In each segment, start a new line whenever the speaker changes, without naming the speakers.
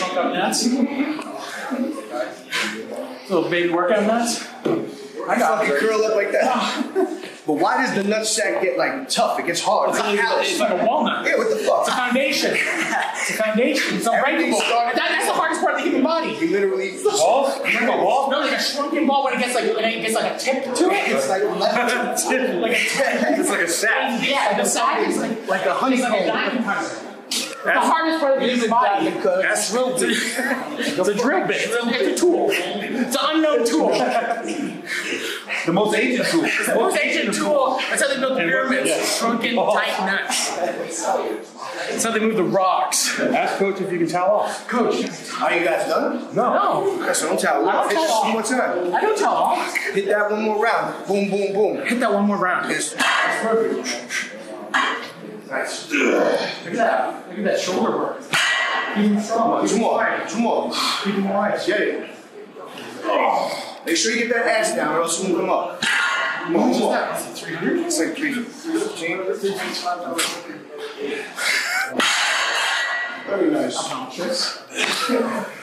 nuts. Little baby workout nuts. I got
Fucking
it.
curl up like that. But why does the nut sack get like tough? It gets hard.
It's
like
like, it's
callous.
like a walnut.
Yeah, what the
It's a
fuck?
foundation. It's a foundation. It's unbreakable.
Everything
That,
started-
that's the hardest part of the human body.
We literally.
Ball? Remember a ball?
No, like a shrunken ball when it gets like when it gets like a tip to it.
It's like left.
Like a tip.
It's like a sack.
Yeah, the side is like
Like a
it's like a
honeycomb.
diamond hunter. The
That's-
hardest part of the human body.
That's real big.
It's a drill bit. It's a tool. It's an unknown tool.
The most ancient tool.
It was ancient tool. Oh. That's how they built pyramids. Shrunken, tight nuts. That's how they moved the rocks.
Ask coach if you can towel off.
Coach,
Are you guys done?
No.
no.
That's what I'm telling you.
I don't
Hit this
tell
one more time.
I don't tell off.
Hit that one more round. Boom, boom, boom.
Hit that one more round. Look
It's it's perfect. Nice.
at that. Look at that shoulder work. Even stronger.
Two
Even
more.
wider.
Two more.
Even wider.
Get it. Oh. Make sure you get that ass down, or else you won't come up. Come on, come on.
Is it 300?
It's like three, fifteen. Very nice.
Obnoxious.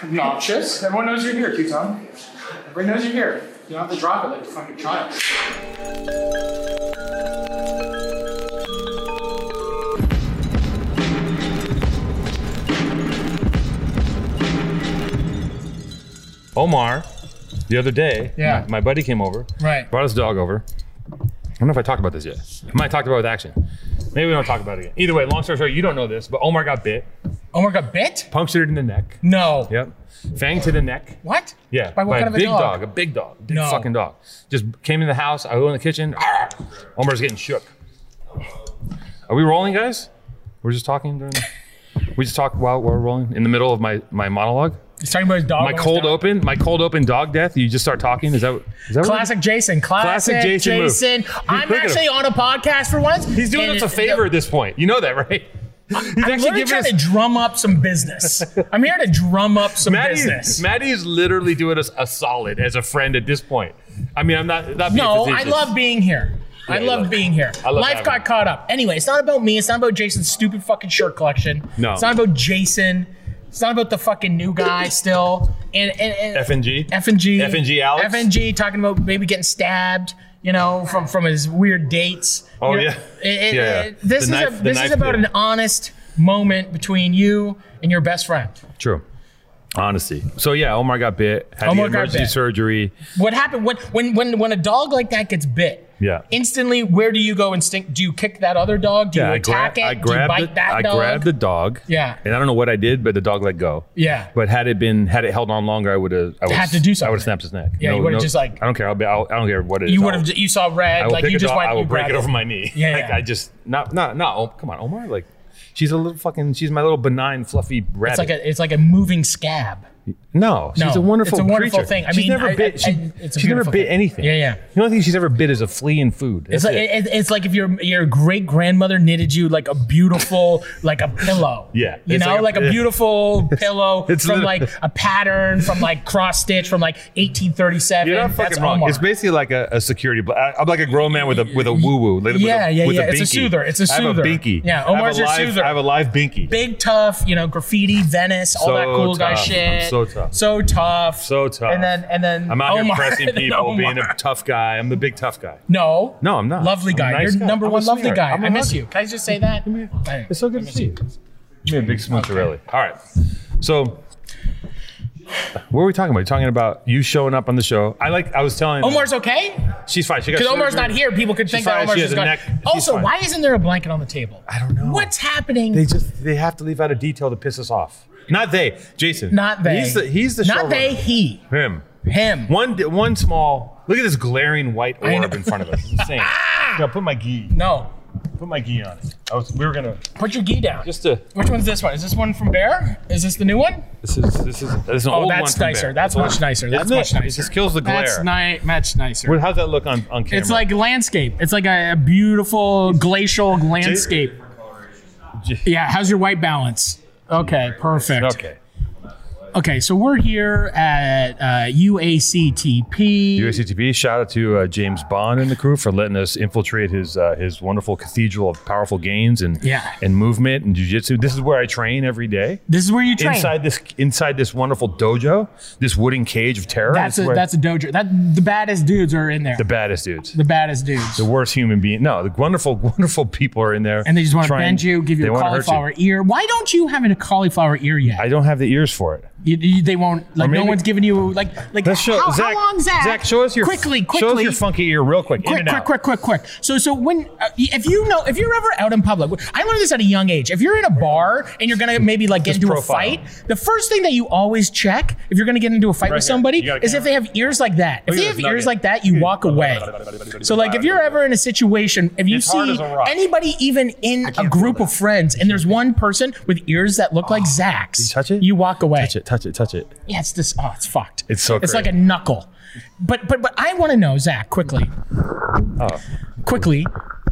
Obnoxious. Everyone knows you're here, Q-Tom. Everyone knows you're here. You don't have to drop it like a fucking child.
Oh
Omar, the other day,
Yeah.
my, my buddy came over,
Right.
brought his dog over. I don't know if I talked about this yet. I might have talked about it with action. Maybe we don't talk about it again. Either way, long story short, you don't know this, but Omar got bit,
Omar got bit?
punctured in the neck.
No.
Yep. Fang to the neck.
What?
Yeah.
By what kind
a
of
big
a dog?
A big dog. Big
No.
fucking dog. Just came in the house. I go in the kitchen. Omar's getting shook. Are we rolling, guys? We're just talking during the. We just talk while we're rolling in the middle of my, my monologue.
He's talking about his dog.
My
when he's
cold
down.
open, my cold open dog death. You just start talking. Is that is that what-
Classic Jason. Classic,
Classic Jason move.
Jason.
He's
I'm
quick
actually on a podcast for once.
He's doing us a favor at this point. You know that, right? He's
I'm literally trying to drum up some business. I'm here to drum up some business.
Maddie, Maddie is literally doing us a solid as a friend at this point. I mean, I'm not. not being
no, I
facetious.
love being here. I
you
love
love-
being here.
I love
Life
having
got
you.
caught up. Anyway, it's not about me. It's not about Jason's stupid fucking shirt collection.
No.
It's not about Jason. It's not about the fucking new guy still. And and, and
FNG.
FNG.
FNG Alex?
FNG talking about maybe getting stabbed, you know, from from his weird dates. You
Oh,
know,
yeah.
it- it-
Yeah, yeah.
it- this is
The
a,
knife- the
this is
knife
about
bit.
an honest moment between you and your best friend.
True. Honesty. So yeah, Omar got bit. Had to
Omar
get
got
emergency
bit.
surgery.
What happened when when when when a dog like that gets bit?
Yeah.
Instantly, where do you go instinct? Do you kick that other dog? Do
yeah,
you
I,
attack
grab, I
it? Do you
grabbed.
bite
the,
that
I
dog?
grabbed the dog.
Yeah.
And I don't know what I did, but the dog let go.
Yeah.
But had it been, had it held on longer, I would have. I would've-
Had to do
I would
something.
have snapped his neck.
Yeah, you would've just, like-
I don't care. I'll be. I'll, I don't care what it is.
you
I'll-
would have. You saw
I
red.
will
Like
pick
you
a
just
dog.
went.
I will
you
break
grabbed
it over my knee.
Yeah,
like
yeah.
I just not not not. Oh, come on, Omar. Like she's a little fucking. She's my little benign fluffy rabbit.
It's like a it's like a moving scab.
no, she's
No,
a wonderful.
it's a wonderful
creature.
thing. I
she's
mean,
never
I-
bit.
I-
she,
I- it's a
she's never
beautiful
bit
thing.
anything.
Yeah, yeah.
The only thing she's ever bit is a flea and food.
It's
That's
like,
it.
it, it's like if your your great grandmother knitted you like a beautiful like a pillow.
Yeah,
you
it's
know, like
like
a,
a-
beautiful pillow
it's
from
literally-
like a pattern from like cross stitch from like 1837.
You're not
That's
fucking wrong.
Omar.
It's basically like a, a security. Bl- I, am like a grown man with a with a woo woo. Like,
Yeah,
with a,
yeah,
with
yeah.
A
It's a
binky.
soother. It's a
I have a
soother.
binky.
Yeah,
I have
Omar's
a
your
live-
soother.
I have a live binky.
big tough, you know, graffiti, Venice, all that
So
cool guy
tough.
shit.
I'm so tough.
So tough.
So tough.
And then and then oh
I'm out
Omar,
here pressing
and then
people, being
Omar.
a tough guy. I'm the big tough guy.
No.
No, I'm not.
Lovely
I'm a
guy.
nice
You're
guy.
number
I'm a
one lovely guy.
sweetheart. I'm
I
a
miss
hug.
you. Can I just say that? Hey.
It's so good to see you. Give me a big smoocherelli. All right. So, what were we talking about? You're talking about you showing up on the show. I like. I was telling
Omar's okay?
She's fine. She got
Because Omar's
surgery.
not here, people could think that
fine.
Omar's
She
just
has a
gone.
neck- she's
Also,
fine.
why isn't there a blanket on the table?
I don't know.
What's happening?
They just they have to leave out a detail to piss us off. Not they, Jason.
Not they.
He's the he's the
Not they.
showrunner.
He.
Him.
Him.
One one small. Look at this glaring white
I know.
orb in front of us. It's insane. Now put my gi.
No.
Put my gi on it. I was, we were gonna
Put your gi down.
just to.
Which one's this one? Is this one from Bear? Is this the new one?
This is this is this is an
Oh,
old
that's
one from
nicer.
Bear.
That's
old.
much nicer.
Isn't
That's
it?
much
It
nicer.
just kills the glare.
That's ni- much nicer.
What- How's that look on on camera?
It's like landscape. It's like a, a beautiful glacial landscape.
J-
Yeah, how's your white balance? Okay, perfect.
okay.
Okay, so we're here at uh, UACTP.
USCTV. Shout out to uh, James Bond and the crew for letting us infiltrate his uh, his wonderful cathedral of powerful gains and
Yeah.
and movement and jujitsu. This is where I train every day.
This is where you train.
Inside this inside this wonderful dojo, this wooden cage of terror.
that's
It's
a
where
that's a dojo. That the baddest dudes are in there.
the
The,
baddest dudes.
baddest dudes.
the worst human being. No, the wonderful, wonderful people are in there.
and they just want to
trying-
bend you, give
they
you a
wanna hurt you.
cauliflower ear. Why don't you have a cauliflower ear yet?
I don't have the ears for it.
You- you- they won't. Like no
maybe-
one's giving you like like.
Let's show
how, how
Zach,
long, Zach?
show us your
quickly,
Show us
quickly.
your funky ear real quick. in
quick,
and
quick,
out.
quick, quick, quick. So, so when uh, if you know if you're ever out in public, I learned this at a young age. If you're in a bar and you're gonna maybe like get
Just
into
profile.
a fight, the first thing that you always check if you're gonna get into a fight with
here.
somebody
You got a
is if they have ears like that. If
Look
they
at
have
this
ears
nugget.
like that, you walk away. So, like if you're ever in a situation, if you
It's hard
see
as a rock.
anybody even in a group of friends, and there's one person with ears that look like Zach's, you
Oh, touch it?
walk away.
touch it, touch it, touch it.
Yeah, it's this. Oh, it's fucked.
It's so
It's
great.
like a knuckle. But but but I want to know, Zach, quickly.
Oh.
Quickly,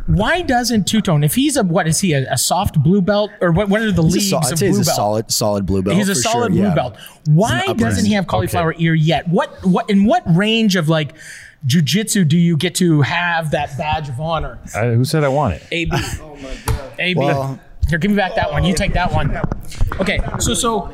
why doesn't Two Tone? If he's a what is he a, a soft blue belt or what? What are the leagues
So- I'd
of
say
blue
he's a
belt?
solid, solid blue belt.
He's a
for
solid
sure,
blue
yeah.
belt. Why
upper
doesn't
end.
he have cauliflower ear yet? What what in what range of like jujitsu do you get to have that badge of honor?
I, Uh, who said I want it?
AB. Oh my god. AB.
Well-
Here, give me back that one. You take that one. Okay, so so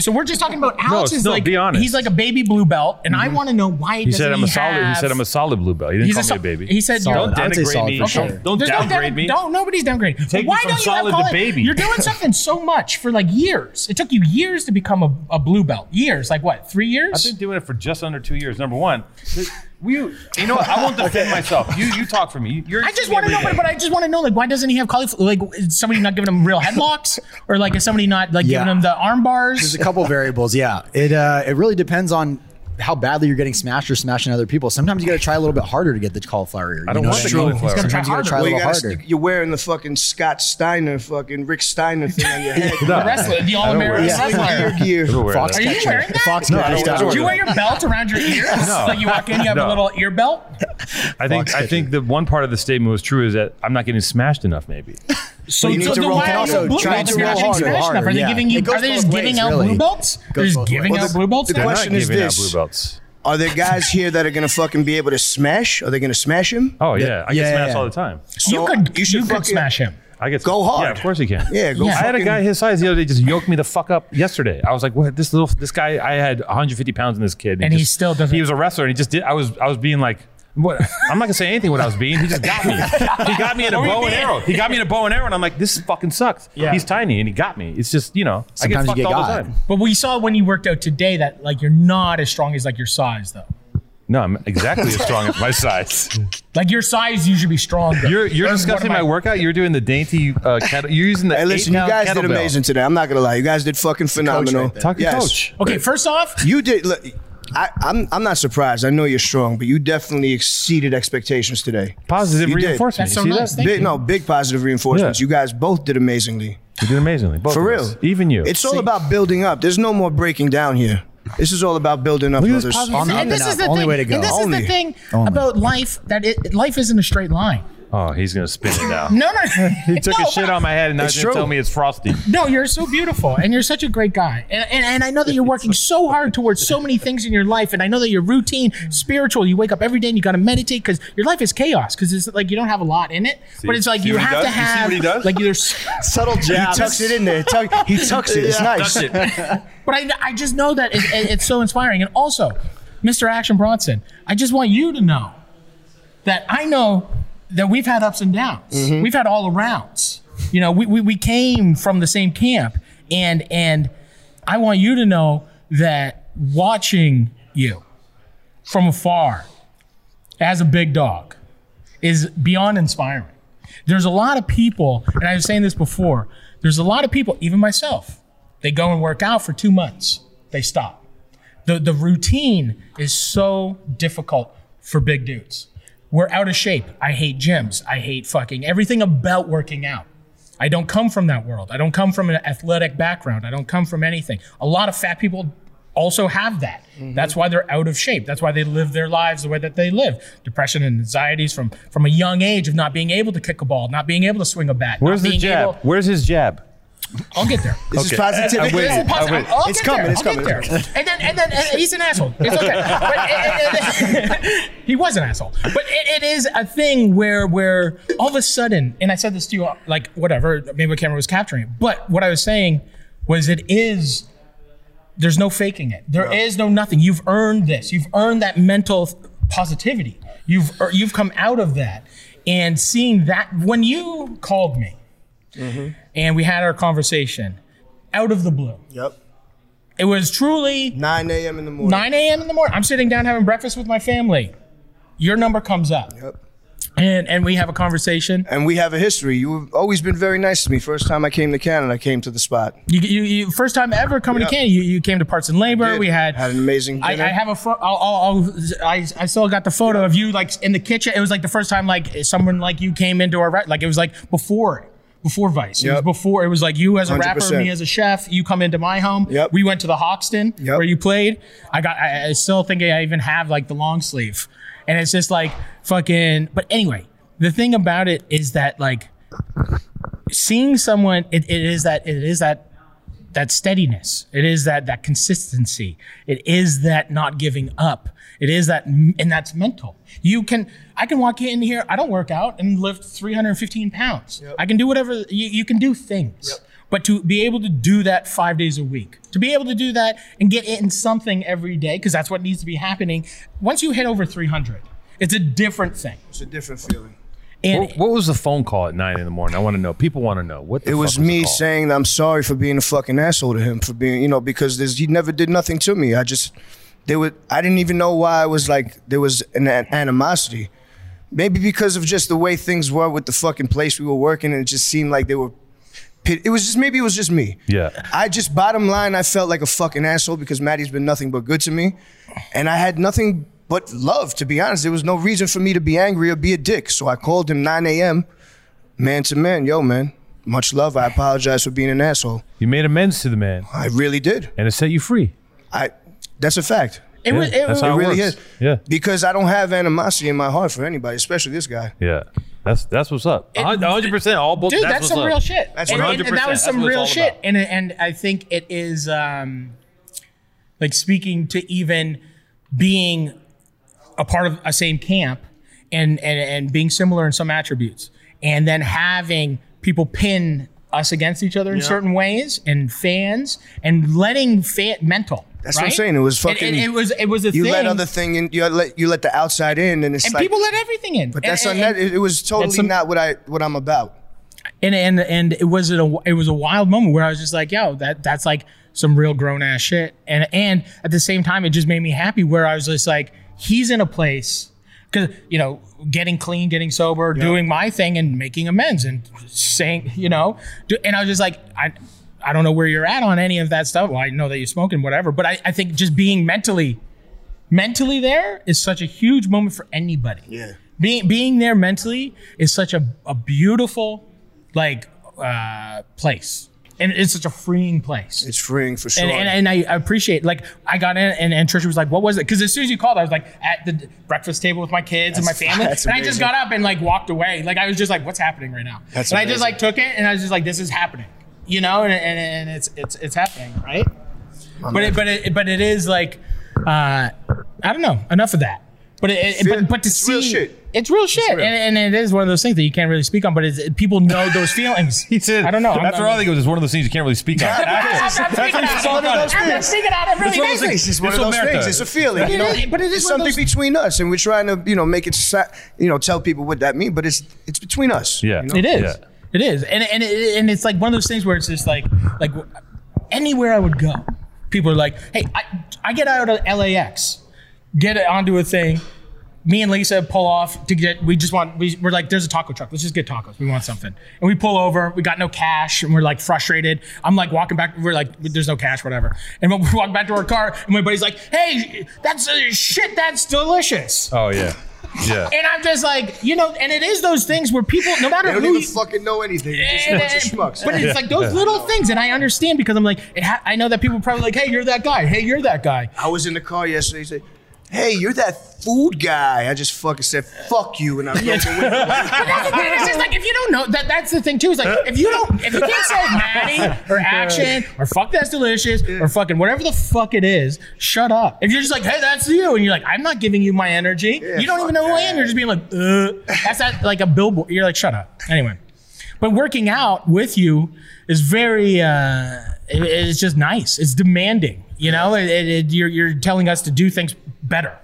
so we're just talking about Alex
No,
is
no,
like
be honest. Mm-hmm.
he's like a baby blue belt, and I want to know why
He said I'm a solid. He
Have,
said I'm a solid blue belt. He didn't
He's
call
a sol-
me a baby.
He said you're.
Solid.
don't
I'd say
denigrate
solid
me.
for sure.
Don't, don't
There's no
downgrade
down-
me.
Don't nobody's downgrading.
Take me
Why
from
don't you have
solid to
call it-
baby.
You're doing something so much for like years. It took you years to become a, a blue belt. Years, like what? Three
I've
years?
been doing it for just under two years. Number one, th- we, you know, what? I won't defend myself. You, you talk for me. You're
I just want to know, but, but I just want to know, like, why doesn't he have cauliflower? Like, is somebody not giving him real headlocks, or like, is somebody not like
Yeah.
giving him the arm bars?
There's a couple variables. Yeah, it uh, it really depends on how badly you're getting smashed or smashing other people. Sometimes you got to try a little bit harder to get the cauliflower. ear,
I
you
don't
know
want the
what I mean?
cauliflower.
He's gonna
Sometimes you got to try a
Well, you
little
gotta,
harder.
stick- you're wearing the fucking Scott Steiner, fucking Rick Steiner thing on your head.
No.
Wrestler, the all American
wear it.
wrestler.
Gear.
Don't wear
Fox
that.
Are you
catcher.
wearing
The
that?
Fox
No, I
catcher
don't
style.
wear
Do you wear your belt around your ears? Like you walk in, you have a
No.
little ear belt.
I think I think the one part of the statement was true is that I'm not getting smashed enough. Maybe
So,
you need
so
to
then
roll-
why
and
are you
also
blue
try
belts?
to
If You're not
roll
getting
harder,
smashed enough. Are they
harder,
giving
yeah.
you?
It goes
Are they
both
just giving
ways,
out
really.
blue belts? They're
Goes
just
both
giving
ways.
out blue belts.
they're
now?
not
question is
giving out blue
this.
belts.
Are there guys here that are gonna fucking be able to smash? Are they gonna smash him?
Oh yeah, I get
yeah,
smashed
yeah.
all the time.
You
So,
could you,
you should
could
fucking-
smash him.
I get
Go hard.
Yeah, of course he can.
Yeah, go
Yeah.
I had a
fucking-
guy his size the other day just yoked me the fuck up yesterday. I was like, "What? This little this guy? I had 150 pounds in this kid,
And he
just-
still doesn't-
He was a wrestler, and he just did. I was I was being like, "What? I'm not gonna say anything. What I was being. He just got me. he got me in a
you
bow and
did.
arrow. He got me in a bow and arrow, and I'm like, this fucking sucks.
Yeah.
He's tiny, and he got me. It's just you know,
Sometimes
I
you
get fucked
get
all
got.
the time.
But we saw when you worked out today that like you're not as strong as like your size though.
No, I'm exactly as strong as my size.
Like your size, you should be stronger.
You're you're
That's one of
discussing my workout. You're doing the dainty uh, kettle. You're using the
Hey, listen, you
eight-pound
guys did
kettlebell.
amazing today. I'm not gonna lie, you guys did fucking phenomenal.
there.
Talk to
Yes.
coach.
Okay, first off,
You did. Look, I, I'm I'm not surprised. I know you're strong, but you definitely exceeded expectations today.
Positive
You did.
reinforcement.
That's so
You see
nice.
that?
Thank
Big,
you.
no, big positive reinforcements.
Yeah.
You guys both did amazingly.
You did amazingly. both
For
of
real.
us. Even you.
It's all about building up. There's no more breaking down here. This is all about building up
Look at this
others.
positive On
the
and
up
this
and
is
up.
the
Only
thing.
way to go.
And this is
Only.
the thing about life that it, life isn't a straight line.
Oh, he's gonna spin it now.
No, no.
He took
no,
a shit
but-
on my head and now
It's
he's gonna
true.
tell me it's frosty.
No, you're so beautiful and you're such a great guy. And, and, and I know that you're working so hard towards so many things in your life. And I know that your routine, spiritual, you wake up every day and you got to meditate because your life is chaos because it's like you don't have a lot in it. but it's like
see
you
what he
have to
does? You see
have,
what he does?
like, there's.
Subtle jab.
He tucks it in there. Tuck- he tucks it. It's nice.
But I, I just know that it, it- it's so inspiring. And also, Mr. Action Bronson, I just want you to know that I know that we've had ups and downs. We've had all arounds. You know, we, we, we came from the same camp. And, and I want you to know that watching you from afar as a big dog is beyond inspiring. There's a lot of people, and I was saying this before, there's a lot of people, even myself, they go and work out for two months, they stop. The, the routine is so difficult for big dudes. We're out of shape. I hate gyms. I hate fucking everything about working out. I don't come from that world. I don't come from an athletic background. I don't come from anything. A lot of fat people also have that.
Mm-hmm.
That's why they're out of shape. That's why they live their lives the way that they live. Depression and anxieties from from a young age of not being able to kick a ball, not being able to swing a bat.
Where's
not
the
being
jab?
able-
Where's his jab?
I'll get there.
This is positivity.
waiting.
It's
I'll wait.
positive. I'll
uh, It's
get
coming,
there.
it's
I'll get
coming, it's
there. And then, and then and he's an asshole. It's okay. But and- and- and- he was an asshole. But it, it is a thing where where all of a sudden, and I said this to you, like whatever, maybe the camera was capturing it. But what I was saying was, it is. There's no faking it. There is no nothing. You've earned this. You've earned that mental positivity. You've ear- you've come out of that, and seeing that when you called me,
Mm-hmm.
and we had our conversation out of the blue.
Yep.
It was truly
9 a.m. in the morning.
9 a.m. in the morning. I'm sitting down having breakfast with my family. Your number comes up,
Yep.
and and we have a conversation.
And we have a history. You've always been very nice to me. First time I came to Canada, I came to the spot.
You, you, you first time ever coming
Yeah.
to Canada. You, you came to Parts and Labor.
did.
We had
Had an amazing
I,
dinner.
I have a photo. I'll, I'll, I'll, I I still got the photo of you like in the kitchen. It was like the first time like someone like you came into our re- like it was like before before Vice. It was
Yep.
before it was like you as a rapper,
100%.
me as a chef. You come into my home.
Yep.
We went to the Hoxton
Yep.
where you played. I got. I, I still think I even have like the long sleeve, and it's just like fucking. But anyway, the thing about it is that like seeing someone it, it is that it is that that steadiness it is that that consistency it is that not giving up it is that and that's mental you can i can walk in here i don't work out and lift 315 pounds i can do whatever you, you can do things but to be able to do that five days a week to be able to do that and get in something every day because that's what needs to be happening once you hit over 300 it's a different thing
It's a different feeling.
and
What, what was the phone call at nine in the morning? I want to know. People want to know. What the
It
fuck
was
the
me
call?
saying that I'm sorry for being a fucking asshole to him for being, you know, because there's, he never did nothing to me. I just, they were, I didn't even know why I was like there was an, an animosity. Maybe because of just the way things were with the fucking place we were working, and it just seemed like they were. pit- It was just maybe it was just me.
Yeah.
I just bottom line, I felt like a fucking asshole because Maddie's been nothing but good to me, and I had nothing but love. To be honest, there was no reason for me to be angry or be a dick. So I called him 9 a.m. man to man. Yo, man, much love. I apologize for being an asshole.
You made amends to the man,
I really did.
and it set you free.
I. That's a fact.
it
Yeah,
was it
that's
was
how
It
it
really
works.
is.
Yeah,
Because I don't have animosity in my heart for anybody, especially this guy.
yeah. That's that's what's up. A hun- a hundred percent. All bull-
dude that's,
what's
some
up.
real shit
That's
and, and- and
100%.
that was
That's
some
what it's
real
all
shit
about.
and and i think it is um like speaking to even being a part of a same camp and and and being similar in some attributes and then having people pin us against each other in certain ways and fans and letting fan mental
That's
right?
what I'm saying. It was
And-
fucking.
and it, was it was a
you
thing
let other thing in. You let you let the outside in, and it's
and
like.
people let everything in
but that's
and,
unnet- it, it was totally
some-
not what I what I'm about.
and and and it was a it was a wild moment where I was just like, yo, that that's like some real grown ass shit. And and at the same time, it just made me happy where I was just like, he's in a place because you know, getting clean, getting sober, doing my thing, and making amends and saying, you know, do, and I was just like, I. I don't know where you're at on any of that stuff. Well, I know that you're smoking, whatever. But I, I think just being mentally, mentally there is such a huge moment for anybody. Yeah. Being being there mentally is such a, a beautiful like uh, place. And it's such a freeing place.
It's freeing for sure.
and, and, and I appreciate like I got in and, and Trisha was like, "What was it?" Because as soon as you called, I was like at the breakfast table with my kids and my family, and
that's
I just
amazing.
got up and like walked away. Like I was just like, "What's happening right now?"
That's
and I
amazing.
just like took it and I was just like, "This is happening," you know, and, and, and it's it's it's happening, right? but it, but it, but it is like uh, I don't know enough of that. But it, it- but, but to
It's
see
real shit.
it's real shit, And, and it is one of those things that you can't really speak on. But it's, people know those feelings.
He said,
I don't know. I'm-
After
I'm-
all, I think it was just one of those things you can't really speak on.
I'm not speaking
what
out.
it's all
I'm
about.
not speaking out. It really
one
makes
of those
me.
things.
It's just one
It's
of those
America.
things. It's a feeling. you
But
know?
it is- but it is
it's
one of
something
those-
between us, and we're trying to, you know, make it, sa- you know, tell people what that means. But it's it's between us.
Yeah.
you know?
It is.
Yeah.
It is. And and it, and it's like one of those things where it's just like like anywhere I would go, people are like, "Hey, I I get out of LAX, get it onto a thing." Me and Lisa pull off to get. We just want. We, we're like, there's a taco truck. Let's just get tacos. We want something. And we pull over. We got no cash, and we're like frustrated. I'm like walking back. We're like, there's no cash, whatever. And we walk back to our car, and my buddy's like, hey, that's uh, shit. That's delicious.
Oh yeah, yeah.
And I'm just like, you know, and it is those things where people, no matter
They don't
who,
even
you-
fucking know anything. They're just a
and-
bunch of
and-
schmucks.
But it's like those little things, and I understand because I'm like, it ha- I know that people are probably like, hey, you're that guy. Hey, you're that guy.
I was in the car yesterday. He said, hey, you're that food guy. I just fucking said, fuck you. And I broke the window.
But that's the thing. It's just like if you don't know that that's the thing too. Is like if you don't if you can't say Maddie or action or fuck that's delicious or fucking whatever the fuck it is, shut up. If you're just like hey that's you and you're like I'm not giving you my energy, you don't even know who I am. You're just being like uh, that's that like a billboard. You're like shut up. Anyway, but working out with you is very uh, it- it's just nice. It's demanding. You know, it, it, it- you're you're telling us to do things better,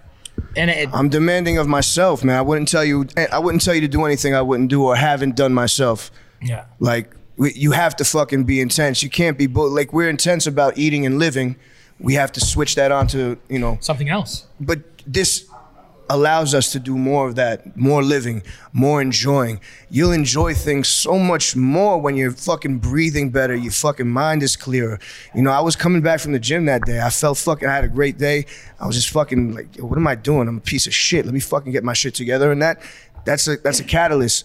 and it,
I'm demanding of myself, man. I wouldn't tell you. I wouldn't tell you to do anything I wouldn't do or haven't done myself.
yeah.
Like we- you have to fucking be intense. You can't be bo- like we're intense about eating and living. We have to switch that on to you know.
Something else.
But this allows us to do more of that, more living, more enjoying. You'll enjoy things so much more when you're fucking breathing better. Your fucking mind is clearer. You know, I was coming back from the gym that day. I felt fucking. I had a great day. I was just fucking like, Yo, what am I doing? I'm a piece of shit. Let me fucking get my shit together. And that, that's a that's a catalyst.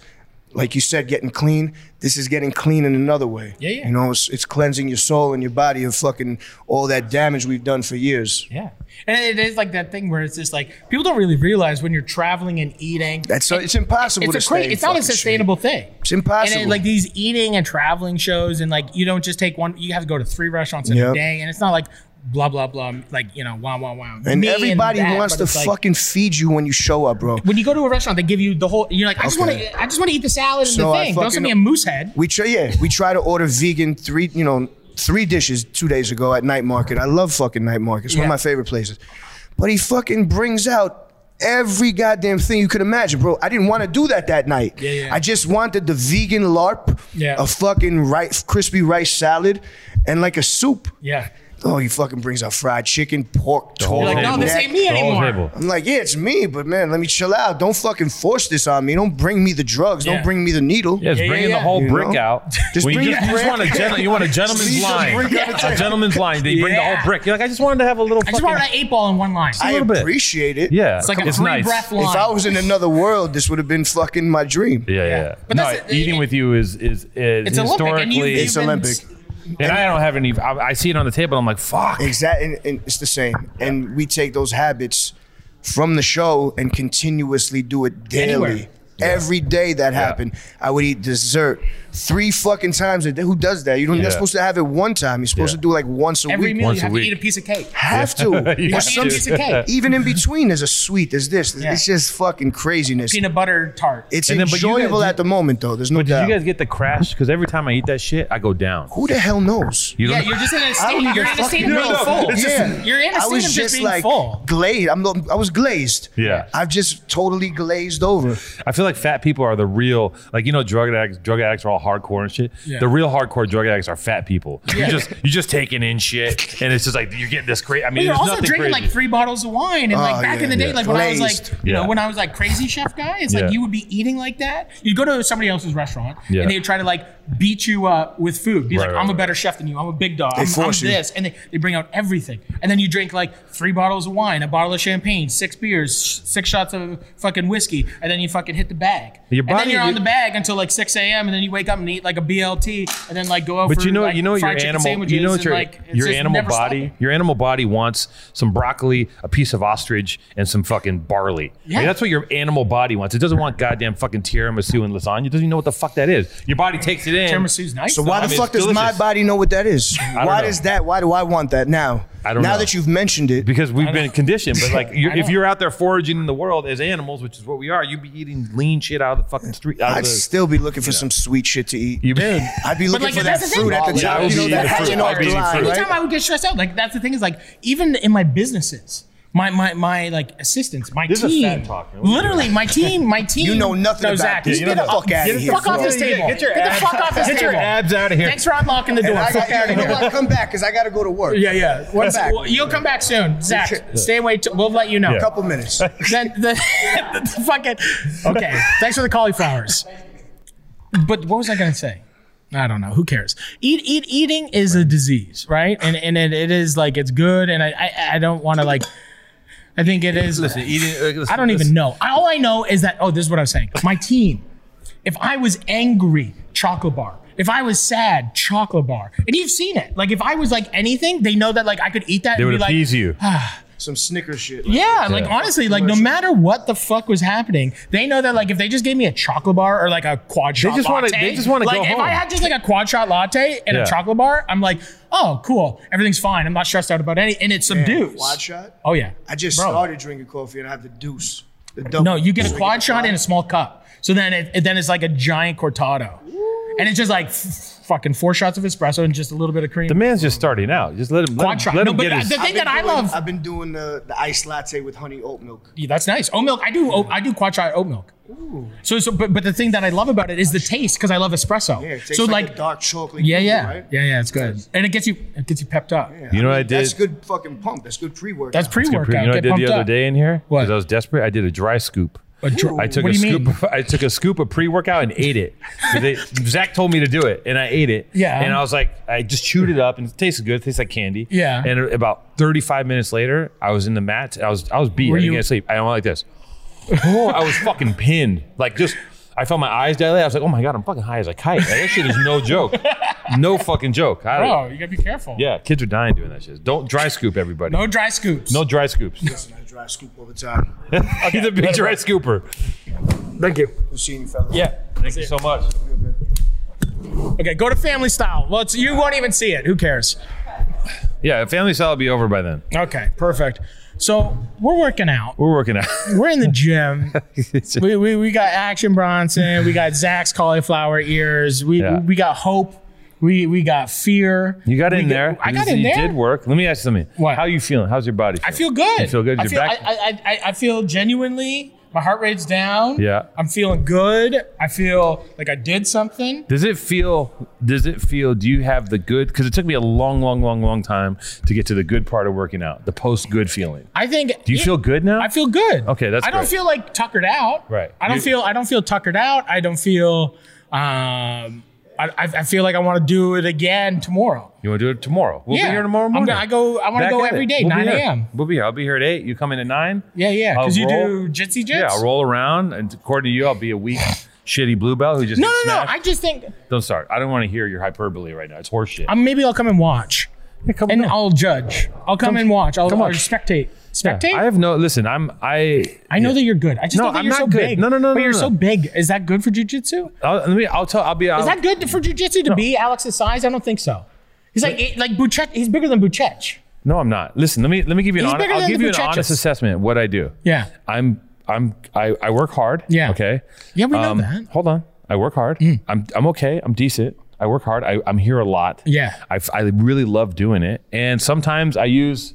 Like you said, getting clean. This is getting clean in another way.
Yeah, yeah.
You know, it's, it's cleansing your soul and your body of fucking all that damage we've done for years.
Yeah. And it is like that thing where it's just like people don't really realize when you're traveling and eating.
That's so it's impossible
it's
to
a
stay
cra-
in
it's not a
fucking shape.
sustainable thing.
It's impossible.
And it, like these eating and traveling shows and like you don't just take one you have to go to three restaurants in a
Yep.
day and it's not like blah blah blah like you know wow wow wow.
and everybody wants to
fucking.
fucking feed you when you show up, bro.
when you go to a restaurant, they give you the whole. You're like, I just
Okay.
want to, I just want to eat the salad and
So
the
I
thing. Don't
fucking-
send me a moose head.
We try, yeah, we try to order vegan three, you know, three dishes two days ago at night market. I love fucking night market. It's one
Yeah.
of my favorite places. But he fucking brings out every goddamn thing you could imagine, bro. I didn't want to do that that night.
Yeah, yeah.
I just wanted the vegan LARP,
Yeah.
a fucking rice, crispy rice salad, and like a soup.
Yeah.
Oh, he fucking brings out fried chicken, pork,
whole
toll,
You're like, no,
table.
this
neck.
ain't me
The whole
anymore.
table.
I'm like, yeah, it's me, but man, let me chill out. Don't fucking force this on me. Don't bring me the drugs.
Yeah.
Don't bring me the needle.
Yeah, it's
yeah,
bringing
yeah.
the whole
You
brick
know?
out.
Just
When you
bring
just,
the
you just
brick.
want a gen- you want a gentleman's
Leave the
line.
brick on the
A
table.
gentleman's line. They bring the
Yeah.
whole brick. You're like, I just wanted to have a little
I
fucking.
just wanted an eight ball in one line.
I
little bit.
appreciate it.
yeah,
it's like a three
nice.
breath line.
If I was in another world, this would have been fucking my dream.
Yeah, yeah. yeah.
But
no,
that's-
eating with you is is, is
It's
historically.
Olympic, and you, you've
It's
been-
Olympic.
and I don't have any. I, I see it on the table. I'm like, fuck.
Exactly. And, and it's the same. And we take those habits from the show and continuously do it daily.
Anywhere.
Every day that happened, I would eat dessert three fucking times a day. Who does that? You don't,
Yeah.
You're not supposed to have it one time. You're supposed to
Yeah.
do like once a
Every
week.
meal
Once
you
a
have to
week.
eat a piece of cake.
Have to.
You
Or
have
Eat a
some-
to.
piece of cake.
even in between there's a sweet there's this
Yeah.
it's just fucking craziness
Peanut butter tart.
it's
And then- but you guys-
enjoyable at the moment though there's no
But did
doubt
you guys get the crash? Because every time I eat that shit, I go down.
who the hell knows
You
yeah,
don't.
you're just in a
I
state.
don't
You're
even
in a state of
fucking
being
know.
full.
It's just-
You're in a
I
state of
was
just
just
being
like
full.
glazed. I'm, no- I was glazed.
Yeah.
I've just totally glazed over.
I feel like fat people are the real, like you know, drug addicts. Drug addicts are all hardcore and shit.
Yeah.
The real hardcore drug addicts are fat people.
Yeah.
You just you just taking in shit, and it's just like you're getting this crazy. I mean,
But you're
there's
also
nothing
drinking
crazy.
like three bottles of wine, and like
Oh,
back
yeah,
in the day,
yeah.
like when I was like,
Glazed.
you know,
Yeah.
when I was like crazy chef guy, it's
Yeah.
like you would be eating like that. You'd go to somebody else's restaurant,
Yeah.
and they'd try to like beat you up with food. Be
Right,
like,
right,
I'm a
right.
better chef than you. I'm a big dog. I'm, I'm
force you.
this, and they, they bring out everything, and then you drink like three bottles of wine, a bottle of champagne, six beers, sh- six shots of fucking whiskey, and then you fucking hit the bag.
Your
and then
body-
you're on the bag until like 6 a.m. and then you wake up and eat like a BLT, and then like go out.
But
for,
you know,
like,
you know, your
fried chicken
animal, you
sandwiches
know, what
and,
your
like, it's
your
just
animal
never
body,
stopping.
your animal body wants some broccoli, a piece of ostrich, and some fucking barley. Like,
Yeah.
that's what your animal body wants. It doesn't want goddamn fucking tiramisu and lasagna. It doesn't even know what the fuck that is. Your body takes it in.
Tiramisu's nice.
So why
I
the
mean,
fuck
it's
does my
delicious.
body know what that is?
don't
Why
know.
does that? Why do I want that now?
I don't
now
know.
that you've mentioned it,
because we've been conditioned. But like, you're,
I know.
if you're out there foraging in the world as animals, which is what we are, you'd be eating lean shit out of the fucking street. Out of
I'd
the,
still be looking for some sweet shit to eat.
you dude.
I'd be looking
like,
for that
that's the thing.
fruit at the
Yeah, I
top.
would
You know
be
that
eating fruit.
hanging off
I'd be
the
eating
line,
fruit.
right?
Anytime I would get stressed out, like that's the thing is like even in my businesses, my my my like assistants, my
This is
team,
fat talk, man. What are you
literally my team, my team.
You know nothing
No,
about
Zach,
this.
you
Get
know
the
nothing.
fuck outta
Get the
here,
fuck off
bro.
this table. Get, the fuck off this table.
out of here.
Thanks for unlocking the door.
And I
Fuck
got
outta
out
here.
I come back because I got to go to work.
Yeah, yeah. One
back.
Well, You'll come back soon, Zach. Stay away. T- we'll let you know.
Yeah.
Couple minutes.
Then the, the, fucking okay. Thanks for the cauliflowers. But what was I gonna say? I don't know. Who cares? Eat, eat, eating is a disease, right? And and it, it is like it's good, and I I, I don't want to like. I think it is.
Listen, eating. uh, listen,
I don't even
listen.
know. All I know is that oh, this is what I was saying. My team. If I was angry, chocolate bar. If I was sad, chocolate bar. And you've seen it. Like "Ah." if I was like anything, they know that like I could eat that
They
and
would
be like,
appease you.
some Snickers shit.
Yeah, like
Yeah.
honestly, like no matter what the fuck was happening, they know that like if they just gave me a chocolate bar or like a quad shot
just wanna-
latte,
they just wanna go
like if
home.
I had just like a quad shot latte and
Yeah.
a chocolate bar, I'm like, oh cool, everything's fine. I'm not stressed out about any, and it subdues.
Quad shot.
Oh yeah,
I just
Bro.
started drinking coffee and I have the deuce. The double.
No, you get
So
a
I
quad
the
shot in a small cup. So then it, it- then it's like a giant cortado, and it's just like f- fucking four shots of espresso and just a little bit of cream.
The man's just starting out. Just let him let
Quad
him,
shot.
let
No,
him
but
get
I-
his.
the thing that I
doing-
love,
I've been doing the, the iced latte with honey oat milk.
Yeah, that's nice. Oat milk. I do. Oat, I do quad shot oat milk. So so, but, but the thing that I love about it is the taste because I love espresso.
Yeah, it tastes
so
like,
like,
a dark chocolate.
yeah,
cookie,
yeah,
right?
yeah, yeah. It's good, and it gets you it gets you pepped up.
You know what I did?
That's good fucking pump. That's good pre workout.
That's pre
Good
workout.
pre- You know what I
get
did
pumped
the other
up.
day in here?
What?
Because I was desperate. I did a dry scoop.
A dr-
I took
what
a
do you
scoop.
mean?
Of, I took a scoop of pre-workout and ate it. 'Cause They, Zach told me to do it, and I ate it.
Yeah.
And I was like, I just chewed it up, and it tasted good. It tastes like candy.
Yeah.
And about 35 minutes later, I was in the mat. I was I was beat.
Were
I didn't
you-
get sleep. I went like this. Oh, I was fucking pinned. Like just, I felt my eyes dilate. I was like, oh my god, I'm fucking high as a kite. Like, that shit is no joke. No fucking joke. I don't-
Bro, Oh, you gotta be careful.
Yeah, kids are dying doing that shit. Don't dry scoop everybody.
No dry scoops.
No dry scoops.
I dry scoop all the time.
He's a big dry scooper.
Thank you.
We'll see you, fellas.
Yeah.
Thank you so much.
Okay, go to family style. Well, it's, you won't even see it. Who cares?
Yeah, family style will be over by then.
Okay, perfect. So we're working out.
We're working out.
We're in the gym. we, we, we got Action Bronson. We got Zach's cauliflower ears. We
Yeah.
we got hope. We we got fear.
You got
We
in there.
I got
you
in
you
there.
did work. Let me ask you something.
What?
How you feeling? How's your body?
I feel good.
You feel good?
I
You're
feel,
back-
I, I, I, I feel genuinely. My heart rate's down.
Yeah.
I'm feeling good. I feel like I did something.
Does it feel? Does it feel? Do you have the good? Because it took me a long, long, long, long time to get to the good part of working out. The post good feeling.
I think.
Do you feel good now?
I feel good.
Okay, that's
I don't
great.
feel like tuckered out.
Right.
I don't
You-
feel. I don't feel tuckered out. I don't feel. Um. I, I I feel like I want to do it again tomorrow.
You want to do it tomorrow? We'll
Yeah.
be here tomorrow
I'm
morning.
gonna- I go- I wanna
Back
go
at
every
it.
day,
We'll be
9
here.
a.m..
We'll be here. I'll be here at eight. You come in at nine.
Yeah, yeah. Because you
I'll roll.
do jitsy jits.
Yeah, I'll roll around, and according to you, I'll be a weak, shitty bluebell who just
No,
gets
no, no.
smashed.
I just think
Don't start. I don't want to hear your hyperbole right now. It's horseshit.
um, maybe I'll come and watch,
come
and
on.
I'll judge. I'll come, and watch. I'll,
come
I'll
watch.
spectate.
Yeah,
Spectate.
I have no. Listen, I'm. I.
I know that you're good. I just
No,
know that
I'm
you're
not
so
good.
big.
No, no, no,
But
no,
you're
no.
so big. Is that good for jujitsu?
I'll, let me. I'll tell. I'll be.
Is that good for jujitsu to be Alex's size? I don't think so. He's like like Buchet. He's bigger than Buchet.
No, I'm not. Listen, let me let me give you an
He's
honest.
bigger
I'll
than
give
the
you an
Buchechas.
honest assessment of what I do.
Yeah.
I'm I'm I, I work hard.
Yeah.
Okay. Um,
Yeah, we know that. Mm.
Hold on. I work hard. I'm I'm okay. I'm decent. I work hard. I, I'm here a lot.
Yeah.
I, I really love doing it. And sometimes I use.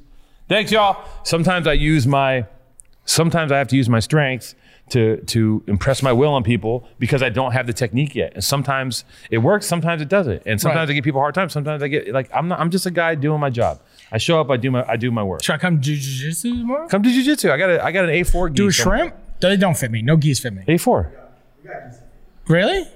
Thanks, y'all. Sometimes I use my. Sometimes I have to use my strength to to impress my will on people because I don't have the technique yet. And sometimes it works. Sometimes it doesn't. And sometimes
Right.
I give people a hard time. Sometimes I get like I'm not. I'm just a guy doing my job. I show up. I do my. I do my work.
Should I come do jujitsu tomorrow?
Come to jujitsu. I got a, I got an A4
do a
gi somewhere.
shrimp? They don't fit me. No geese fit me.
A4.
Really?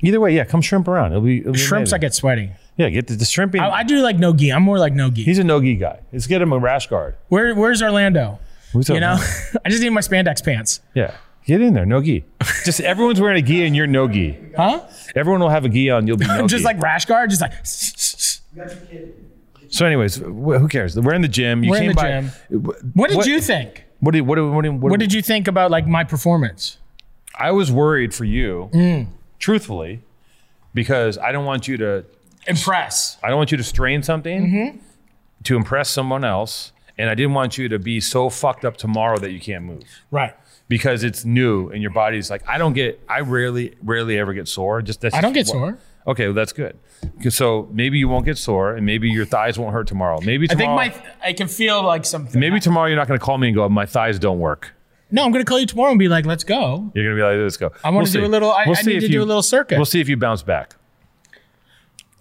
Either way, yeah, come shrimp around. It'll be, it'll be
Shrimps, I
amazing.
get sweaty.
yeah, get the, the shrimping.
I, I do like no gi. I'm more like no gi.
He's a no gi guy. Let's get him a rash guard.
Where, where's Orlando?
Who's
You know, I just need my spandex pants.
Yeah, get in there, no gi. Just everyone's wearing a gi and you're no gi.
Huh?
Everyone will have a gi on. You'll be no
just
gi.
like rash guard, just like.
so. Anyways, wh- who cares? We're in the gym. You
We're in
came
the
by.
gym.
Wh-
What did you think?
What did what did, what, did, what,
What did you think about like my performance?
I was worried for you,
Mm.
truthfully, because I don't want you to
Impress.
I don't want you to strain something
Mm-hmm.
to impress someone else. And I didn't want you to be so fucked up tomorrow that you can't move
Right.
because it's new and your body's like, I don't get, I rarely, rarely ever get sore. Just that's
I don't get
just what-
sore.
Okay, well, that's good. 'Cause So maybe you won't get sore and maybe your thighs won't hurt tomorrow. Maybe
I
tomorrow,
think my I can feel like something.
maybe tomorrow you're not going to call me and go, my thighs don't work.
No, I'm gonna call you tomorrow and be like, let's go.
You're going to be like, let's go.
I want to do a little. I, I need to do a little circuit.
We'll see if you bounce back.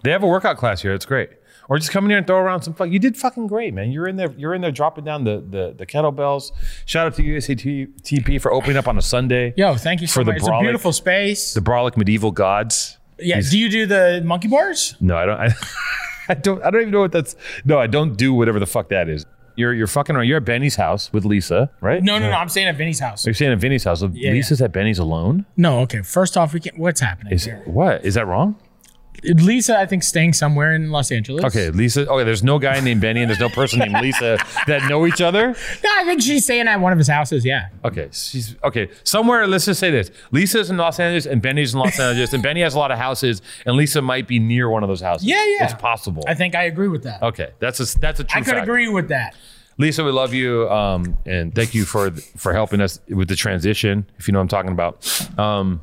They have a workout class here. It's great. Or just come in here and throw around some fuck. You did fucking great, man. You're in there. You're in there dropping down the the, the kettlebells. Shout out to USATP for opening up on a Sunday.
Yo, thank you so
For the
much. It's a
brolic-
beautiful space.
The Brolic medieval gods.
yeah. Do you do the monkey bars?
No, I don't. I, I don't. I don't even know what that's. No, I don't do whatever the fuck that is. You're you're fucking around. You're at Benny's house with Lisa, right?
No, no, no. I'm staying at Vinny's house.
You're staying at Vinny's house. Lisa's at Benny's alone.
No, okay. First off, we can. What's happening
Is
here?
what? Is that wrong?
Lisa, I think, staying somewhere in Los Angeles.
Okay, Lisa. Okay, there's no guy named Benny and there's no person named Lisa that know each other.
No, I think she's staying at one of his houses. Yeah.
Okay, she's okay. Somewhere, let's just say this: Lisa's in Los Angeles and Benny's in Los Angeles, and Benny has a lot of houses, and Lisa might be near one of those houses.
Yeah, yeah.
It's possible.
I think I agree with that.
okay, that's a that's a true
I could
fact.
agree with that.
Lisa, we love you, um, and thank you for for helping us with the transition. If you know what I'm talking about, um,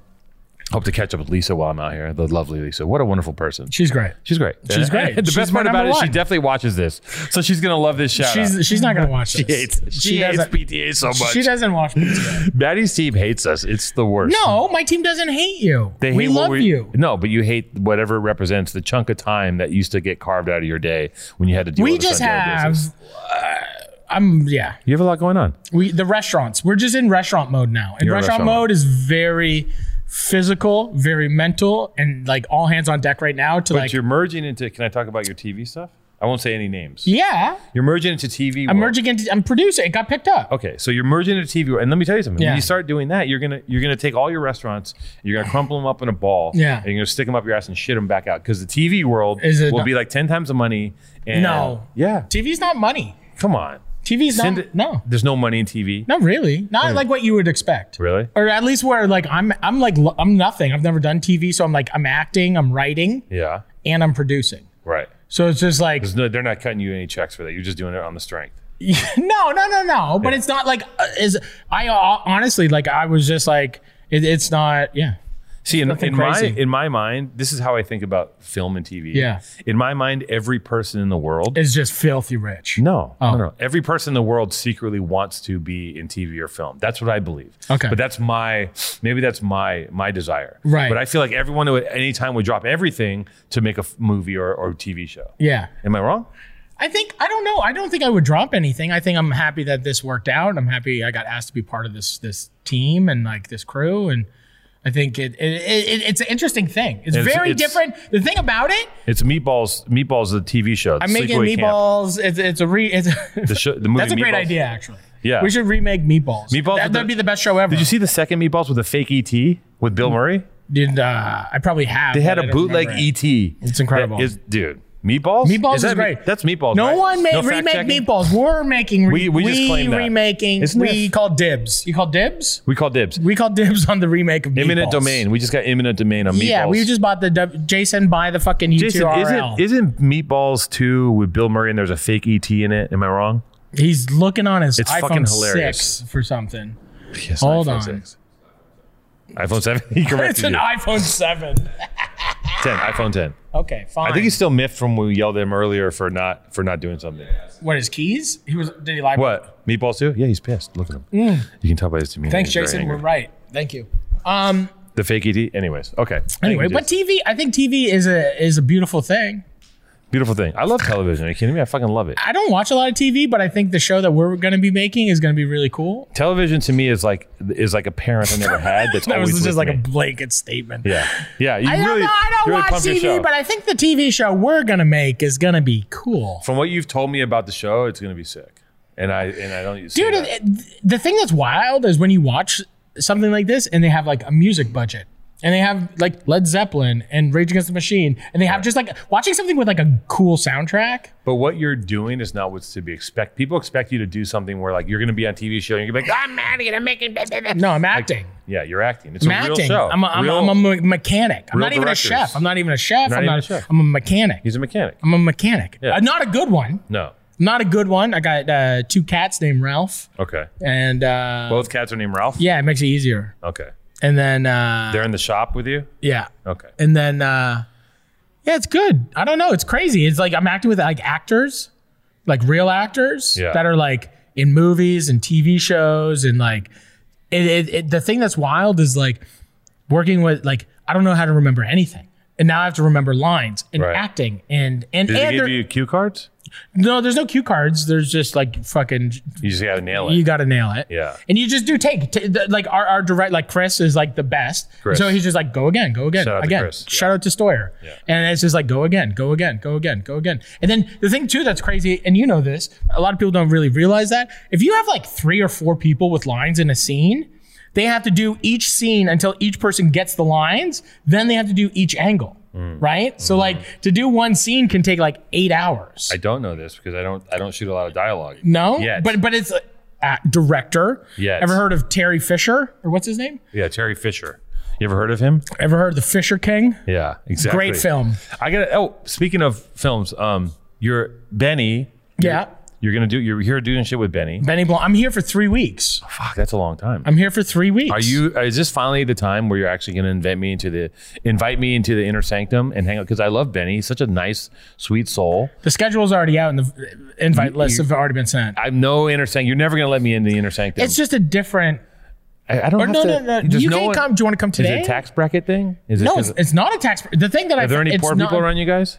hope to catch up with Lisa while I'm out here. The lovely Lisa, what a wonderful person.
She's great.
She's great.
She's great.
the
She's
best
my
part about
number
it, she
one.
definitely watches this, so she's gonna love this shout out.
She's she's not gonna watch
She
this.
hates. She, hates
doesn't-
PTA so much.
She doesn't watch. PTA.
Maddie's team hates us. It's the worst.
No, my team doesn't hate you.
They
we
hate what
love
we-
you.
No, but you hate whatever represents the chunk of time that used to get carved out of your day when you had to deal
We
with this
just
on a daily
have.
basis.
uh, I'm yeah.
You have a lot going on.
We the restaurants. We're just in restaurant mode now. And
You're in
restaurant,
restaurant
mode is very physical, very mental, and like all hands on deck right now to
But
like
you're merging into. Can I talk about your TV stuff? I won't say any names.
yeah.
You're merging into TV.
I'm
world.
merging into. I'm producing. It got picked up.
Okay, so you're merging into TV, world. and let me tell you something.
Yeah.
When you start doing that, you're gonna you're gonna take all your restaurants, and you're gonna crumple them up in a ball,
Yeah.
and you're gonna stick them up your ass and shit them back out because the TV world
Is it
will
not-
be like ten times the money. And
No.
yeah,
TV's not money.
come on,
TV's
Send
not
it-
no.
there's no money in TV.
Not really. Not like what you would expect.
Really?
Or at least where like I'm I'm like l- I'm nothing. I've never done TV, so I'm like I'm acting, I'm writing,
Yeah,
and I'm producing.
right.
So it's just like
There's no, they're not cutting you any checks for that. You're just doing it on the strength.
no, no, no, no. But it's not like uh, is I uh, honestly like I was just like it, it's not yeah.
See, in,
Nothing
in my
crazy.
in my mind, this is how I think about film and TV.
Yeah.
In my mind, every person in the world.
It's just filthy rich.
no,
Oh.
no, no. Every person in the world secretly wants to be in TV or film. That's what I believe.
Okay.
But that's my maybe that's my my desire.
Right.
But I feel like everyone at any time would drop everything to make a f- movie or, or TV show.
Yeah.
Am I wrong?
I think I don't know. I don't think I would drop anything. I think I'm happy that this worked out. I'm happy I got asked to be part of this this team and like this crew. And I think it, it, it it's an interesting thing. It's,
It's-
very
it's-
different. The thing about it,
It's meatballs. Meatballs, the TV show.
I'm making
Sleepaway Camp.
meatballs. It's, it's a re. It's
The, show, the movie.
that's a great
Meatballs.
idea actually.
Yeah.
we should remake meatballs.
Meatballs
that,
with
would
the-
be the best show ever.
Did you see the second Meatballs with the fake ET with Bill Murray?
Did uh, I probably have?
They had
but Mm. I
a
don't
bootleg E
remember it.
ET. It's
incredible.
dude, Meatballs?
Meatballs is
that me-
great.
that's Meatballs.
No
right?
one made
No fact
remake
checking?
meatballs. We're making.
We-
Re-
we just claimed that.
remaking.
Isn't that-
we call dibs. You call dibs.
We call dibs.
We call dibs on the remake of Meatballs.
Imminent domain. We just got imminent domain on Meatballs.
Yeah, we just bought the w- Jason buy the fucking U2
Jason,
RL.
isn't, isn't Meatballs 2 with Bill Murray and there's a fake ET in it? Am I wrong?
He's looking on his
It's fucking
iPhone
hilarious.
six for something.
Yes,
Hold
iPhone
on.
6. iPhone 7? He corrected
It's an
you.
iPhone seven.
10, iPhone 10.
Okay, fine.
I think he's still miffed from when we yelled at him earlier for not for not doing something.
what his keys? He was. Did he lie?
What? Meatballs 2? Yeah, he's pissed. Look at him. You can tell by his demeanor.
Mm. Thanks,
he's very
Jason.
angry.
We're right. Thank you. Um.
The fake ET? Anyways, okay.
Anyway,
Thank you,
but
Jason.
TV. I think TV is a is a beautiful thing.
Beautiful thing. I love television. Are you kidding me? I fucking love it.
I don't watch a lot of TV, but I think the show that we're going to be making is going to be really cool.
Television to me is like is like a parent I never had. That's
That
always
was
with
just like
me.
a blanket statement.
yeah yeah. You
I don't know. I don't
you
watch
pump your show.
TV, but I think the TV show we're going to make is going to be cool.
from what you've told me about the show, it's gonna be sick. And I and I don't see
Dude,
that.
it, it- the thing that's wild is when you watch something like this and they have like a music budget. And they have like Led Zeppelin and Rage Against the Machine, and they have just like watching something with like a cool soundtrack.
but what you're doing is not what's to be expect. People expect you to do something where like you're gonna be on TV show and you're gonna be like I'm acting, I'm making. blah, blah, blah."
No, I'm acting.
Yeah, you're acting. It's
I'm
a real
acting.
show.
I'm a, I'm, a-
Real-
I'm a me- mechanic. I'm
real
not even
directors.
a chef. I'm not even a chef.
Not
I'm
even
not
a chef.
I'm a mechanic.
he's a mechanic.
I'm a mechanic.
Yeah.
Uh, not a good one.
No,
Not a good one. I got uh, two cats named Ralph,
okay.
and uh,
Both cats are named Ralph.
yeah, it makes it easier.
Okay,
And then uh,
they're in the shop with you.
yeah,
Okay,
and then uh, yeah, it's good. I don't know. It's crazy. It's like I'm acting with like actors, like real actors
Yeah.
that are like in movies and TV shows, and like it, it, it, the thing that's wild is like working with like I don't know how to remember anything. And now I have to remember lines and
Right.
acting and and,
did they
and
give
they're-
you cue cards?
no, there's no cue cards. There's just like fucking
You just gotta nail it.
you got to nail it.
Yeah.
And you just do take t- the, like our, our direct like Chris is like the best.
Chris.
So he's just like go again, go again,
Shout out to
again.
Chris.
Shout out to Stoyer. And it's just like go again, go again, go again, go again. And then the thing too that's crazy, and you know this, a lot of people don't really realize that if you have like three or four people with lines in a scene. They have to do each scene until each person gets the lines. Then they have to do each angle.
Mm.
right?
Mm-hmm.
So like to do one scene can take like eight hours.
I don't know this because I don't I don't shoot a lot of dialogue.
no,
Yet.
but but it's uh, director.
Yet.
Ever heard of Terry Fisher or what's his name?
Yeah, Terry Fisher. You ever heard of him?
Ever heard of the Fisher King?
Yeah, exactly.
Great film.
I got. to Oh, speaking of films, um, you're Benny.
Yeah.
You're gonna do. You're here doing shit with Benny.
Benny Blanc. I'm here for three weeks.
Fuck, that's a long time.
Oh, I'm here for three weeks.
Are you? Is this finally the time where you're actually going to invite me into the invite me into the inner sanctum and hang out? Because I love Benny. He's such a nice, sweet soul.
The schedule's already out, and the invite lists have already been sent.
I'm no inner sanctum. You're never going to let me into the inner sanctum.
it's just a different.
I, I don't.
Or
have
no,
to,
no, no.
there's
You can't
one-
come. Do you want to come
Is
today?
it a tax bracket thing? Is it
No,
'cause-
it's, it's not a tax. The thing that I
are there any
it's
poor
not-
people around you guys?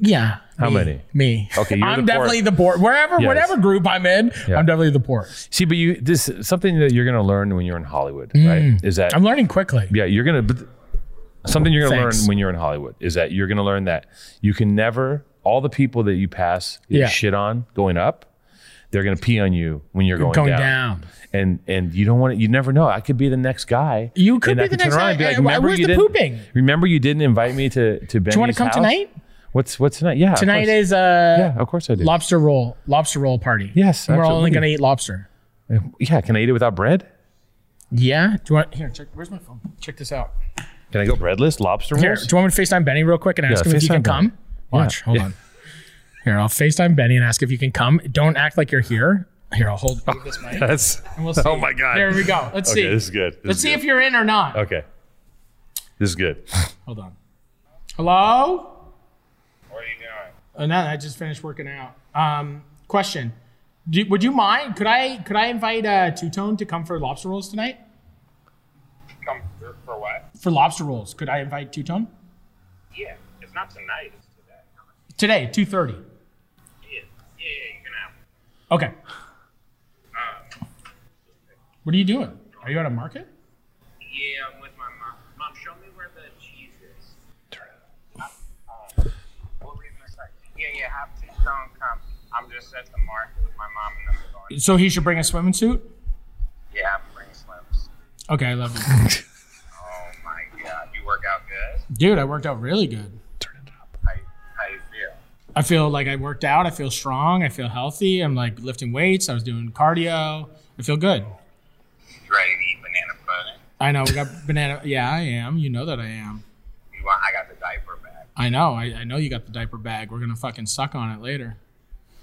Yeah.
How
me,
many?
Me.
Okay, you're
I'm
the poor.
definitely the poor. Wherever,
Yes.
whatever group I'm in,
Yeah.
I'm definitely the poor.
See, but you this something that you're going to learn when you're in Hollywood, right? Is that
Mm. I'm learning quickly.
yeah? You're going to something you're going to
Thanks.
learn when you're in Hollywood is that you're going to learn that you can never all the people that you pass get
Yeah.
shit on going up. They're going to pee on you when you're going,
Going
down.
down.
and and you don't want to. You never know. I could be the next guy.
You could
and I
be the
turn
next
around
guy.
and be like,
Uh, why-
remember
where's
you
the
didn't-
pooping?
Remember you didn't invite me to to Benny's
Do you want to come
house?
tonight?
What's what's tonight? Yeah, of
Tonight
course.
is uh,
yeah. Of course I do.
lobster roll, lobster roll party.
Yes,
And we're only
absolutely.
going to eat lobster.
yeah, can I eat it without bread?
Yeah. Do you want here? Check. Where's my phone? Check this out.
Can I go breadless lobster
Here. Do
rolls?
you want me to Facetime Benny real quick and ask
Yeah,
him if he can
FaceTime Benny.
come? Watch. Hold on. Here, I'll Facetime Benny and ask if you can come. Don't act like you're here. Here, I'll hold move this mic.
That's
We'll see.
oh my god.
There we go. Let's
Okay,
see.
this is good. This
Let's
is
see
good.
if you're in or not.
Okay. This is good.
Hold on. Hello?
What are you doing?
Oh, no, I just finished working out. Um, question. Do, would you mind? Could I could I invite uh, Two Tone to come for lobster rolls tonight?
Come for, for what?
For lobster rolls, could I invite Two Tone
Yeah, it's not tonight. It's today.
today, two thirty?
Yeah, yeah, yeah. You can have. it.
Okay. What are you doing? Are you at a market?
Yeah, I'm with my mom. Mom, show me where the cheese is. Turn it. What were you gonna say? Yeah, yeah. Have two stone come. I'm just at the market with my mom and them going.
So he should bring a swimming suit.
Yeah, have them bring slips.
Okay, I love you,
Oh my god, you work out good.
dude. I worked out really good.
How you- how you feel?
I feel like I worked out. I feel strong. I feel healthy. I'm like lifting weights. I was doing cardio. I feel good.
You ready to eat banana pudding?
I know we got banana. Yeah, I am. You know that I am.
You want? I got the diaper bag.
I know. I, I know you got the diaper bag. We're gonna fucking suck on it later.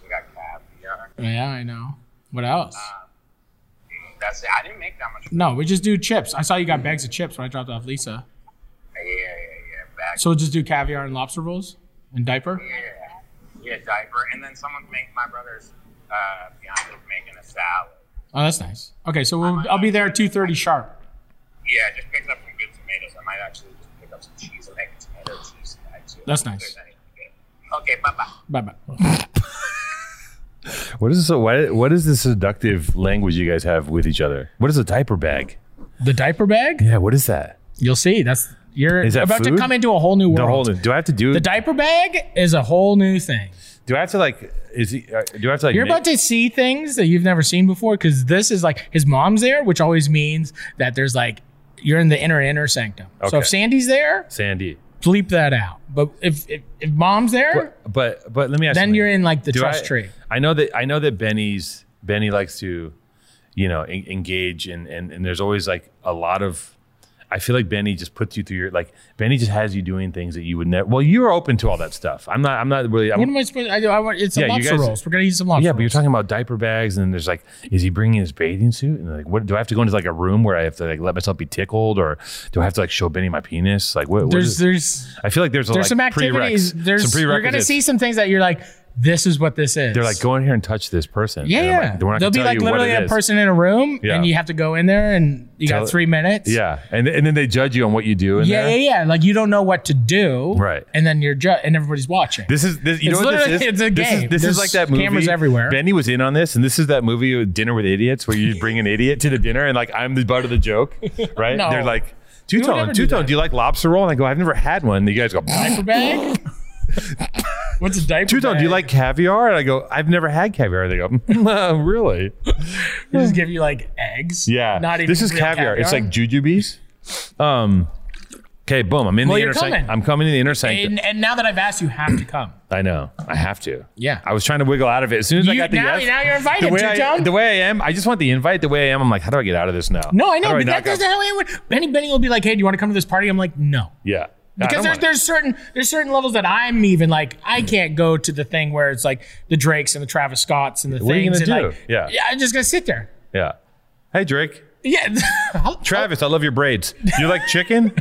We got caviar.
Yeah, I know. What else?
Mm, That's it. I didn't make that much.
No, we just do chips. I saw you got bags of chips when I dropped off Lisa.
Yeah, yeah, yeah. Back.
So we'll just do caviar and lobster rolls and diaper.
Yeah, yeah, diaper. And then someone make my brother's uh, fiance making a salad.
Oh, that's nice. Okay, so we'll, I'll be there at two thirty sharp.
Yeah, I just picked up some good tomatoes. I might actually just pick up some cheese and make a tomato cheese tonight too.
That's
if
nice.
there's anything good. Okay, bye bye.
Bye bye.
What is this? What, what is this seductive language you guys have with each other? What is a diaper bag?
The diaper bag?
Yeah, what is that?
You'll see. That's you're
Is that
about
food?
to come into a whole new world.
No, hold on. Do I have to do?
The diaper bag is a whole new thing.
do I have to like? Is he? uh, Do I have to like?
You're
make-
about to see things that you've never seen before because this is like his mom's there, which always means that there's like you're in the inner inner sanctum. So
Okay.
if Sandy's there,
Sandy.
bleep that out. But if if, if mom's there,
But but let me ask.
then
something.
you're in like the
Do
trust
I,
tree.
I know that I know that Benny's Benny likes to, you know, en- engage and and and there's always like a lot of. I feel like Benny just puts you through your like Benny just has you doing things that you would never. Well, you're open to all that stuff. I'm not. I'm not really. I'm,
What am I supposed? I, I want it's
Yeah,
some
you
lobster
guys-
rolls. We're gonna eat some lobster.
yeah, but you're
rolls.
talking about diaper bags, and there's like, is he bringing his bathing suit? And like, what do I have to go into like a room where I have to like let myself be tickled, or do I have to like show Benny my penis? Like, what? what
There's
is-
there's
I feel like there's a,
there's
like,
some activities.
prereqs,
There's
some
you're gonna
prerequisites.
see some things that you're like, this is what this is.
They're like, go in here and touch this person.
Yeah,
And I'm
yeah.
Like, We're
There'll
not gonna
be
tell
like
you what
literally
it
a
is."
person in a room,
Yeah.
and you have to go in there, and you
Tell-
got three minutes.
Yeah, and and then they judge you on what you do. In
yeah,
there.
yeah, yeah. Like you don't know what to do,
Right.
And then you're ju- and everybody's watching.
This is this. You
It's
know what this
literally-
is?
it's a
This is-
game.
This
There's
is, like that movie.
cameras everywhere.
Benny was in on this, and this is that movie with Dinner with Idiots, where you just bring an idiot to the dinner, and like I'm the butt of the joke, right?
No.
They're like. Two
would
tone,
never
two
do
tone.
that.
Do you like lobster roll? And I go, I've never had one. And you guys go,
diaper bag. What's a diaper?
two tone. Do you
bag?
like caviar? And I go, I've never had caviar. And they go, "Mm, really?
They just give you like eggs?
Yeah.
not even
this is
real
caviar. It's like jujubes. Um, Okay, boom. I'm in
Well,
the
you're
inner sanct-
coming.
I'm coming to the inner sanctum.
And, and now that I've asked, you have to come.
I know. I have to.
Yeah.
I was trying to wiggle out of it. As soon as I
You-
got the
now-
yes,
now you're invited,
The way, I,
Tuton.
the way I am, I just want the invite. The way I am, I'm like, how do I get out of this now?
No, I know,
How do
but
not
that
go-
doesn't how I would. Benny Benny will be like, "Hey, do you want to come to this party?" I'm like, "No."
Yeah. No, I
Because
don't
there's,
want it.
there's certain there's certain levels that I'm even like
Mm.
I can't go to the thing where it's like the Drakes and the Travis Scotts and the
What are you
things
gonna
and
do?
like
Yeah.
yeah I'm just gonna sit there Oh.
yeah. Hey Drake,
yeah I'll-
Travis, I love your braids. You like chicken?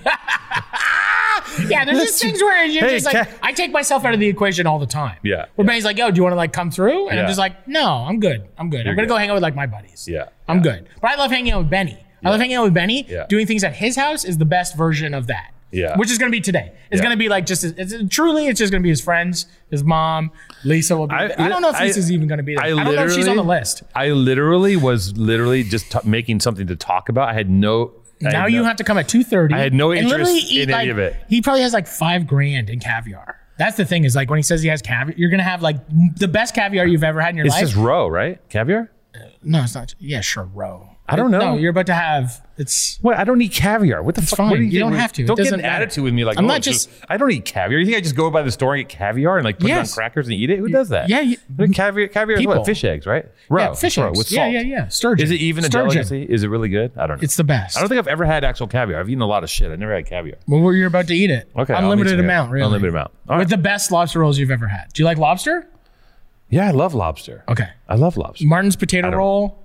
yeah there's just things where you're
Hey,
just like
Ca-
I take myself out of the equation all the time
Yeah,
where
yeah.
Benny's like yo do you want to like come through and
Yeah.
I'm just like no I'm good I'm good I'm gonna
good.
go hang out with like my buddies
yeah.
I'm good but I love hanging out with Benny I love hanging out with Benny
Yeah.
doing things at his house is the best version of that
Yeah.
which is gonna be today it's
Yeah.
gonna be like just it's, truly it's just gonna be his friends his mom Lisa will be
I-
I, don't know if
I-
Lisa's even gonna be there I, don't know if she's on the
literally-
list
I literally was literally just t- making something to talk about. I had no. I
Now
had
you
no-
have to come at two thirty.
I had no interest in any of it.
He probably has like five grand in caviar. That's the thing is like when he says he has caviar, you're gonna have like the best caviar you've ever had in your
It's
life.
just roe, right? Caviar?
no, it's not. Yeah, sure, row.
I don't know.
No, you're about to have. It's
What? I don't eat caviar. What the fuck? What
fine.
do
You
think
don't
we-
have to. It
Don't get
doesn't
an
matter.
attitude with me. Like
I'm
oh,
not
it's
just-
I don't eat caviar. You think I just go by the store and get caviar and like put it
Yes.
on crackers and eat it? Who does that?
yeah, you-
But caviar. Caviar is
People.
what? Fish eggs, right? Roe.
yeah, fish
roe
eggs.
with
yeah,
salt.
yeah, yeah. Sturgeon.
Is it even
Sturgeon.
a delicacy? Is it really good? I don't know.
It's the best.
I don't think I've ever had actual caviar. I've eaten a lot of shit. I never had caviar.
well, where you're about to eat it.
Okay. I'll need
Unlimited
some-
amount, really.
Unlimited amount. All right.
With the best lobster rolls you've ever had. Do you like lobster?
yeah, I love lobster.
Okay.
I love lobster.
Martin's potato
don't-
roll,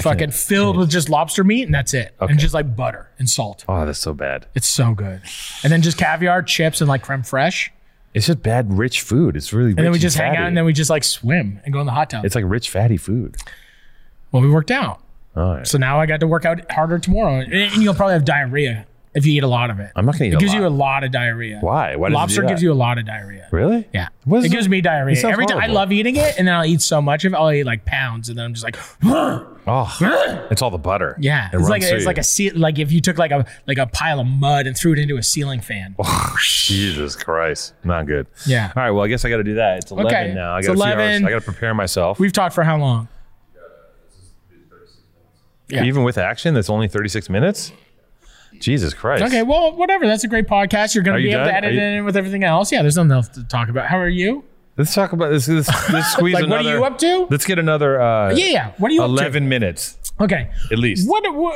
fucking
can't-
filled with just lobster meat, and that's it.
Okay.
And just like butter and salt.
Oh, that's so bad.
It's so good. And then just caviar, chips, and like creme fraiche.
It's just bad, rich food. It's really. Rich
And then we just hang out
fatty.
and then we just like swim and go in the hot tub.
It's like rich, fatty food.
well, we worked out.
All right.
So now I got to work out harder tomorrow. And, and you'll probably have diarrhea if you eat a lot of it.
I'm not gonna eat
It
a
gives you a
lot.
lot of diarrhea.
Why? Why does it do
Lobster
that?
gives you a lot of diarrhea.
Really?
Yeah.
What is
it gives me diarrhea.
sounds
Every time I
horrible.
love eating it and then I'll eat so much of it, I'll eat like pounds and then I'm just like,
Oh, it's all the butter.
yeah.
It
it's like
runs through
it's like
you.
a sea like if you took like a like a pile of mud and threw it into a ceiling fan.
Jesus Christ, not good.
Yeah.
All right. Well, I guess I got to do that. It's eleven
Okay,
now. I
it's
got
11.
I got to prepare myself.
We've talked for how long? yeah.
Even with action, that's only thirty-six minutes. Jesus Christ.
Okay, well, whatever. That's a great podcast. You're going
Are
to
you
be able to
done?
edit
Are you-
it in with everything else. Yeah, there's nothing else to talk about. How are you?
Let's talk about this. This, this squeeze
Like, what
another.
are you up to?
Let's get another. Uh,
Yeah, yeah. What are you
Eleven minutes
up to? Okay.
at least. What?
What?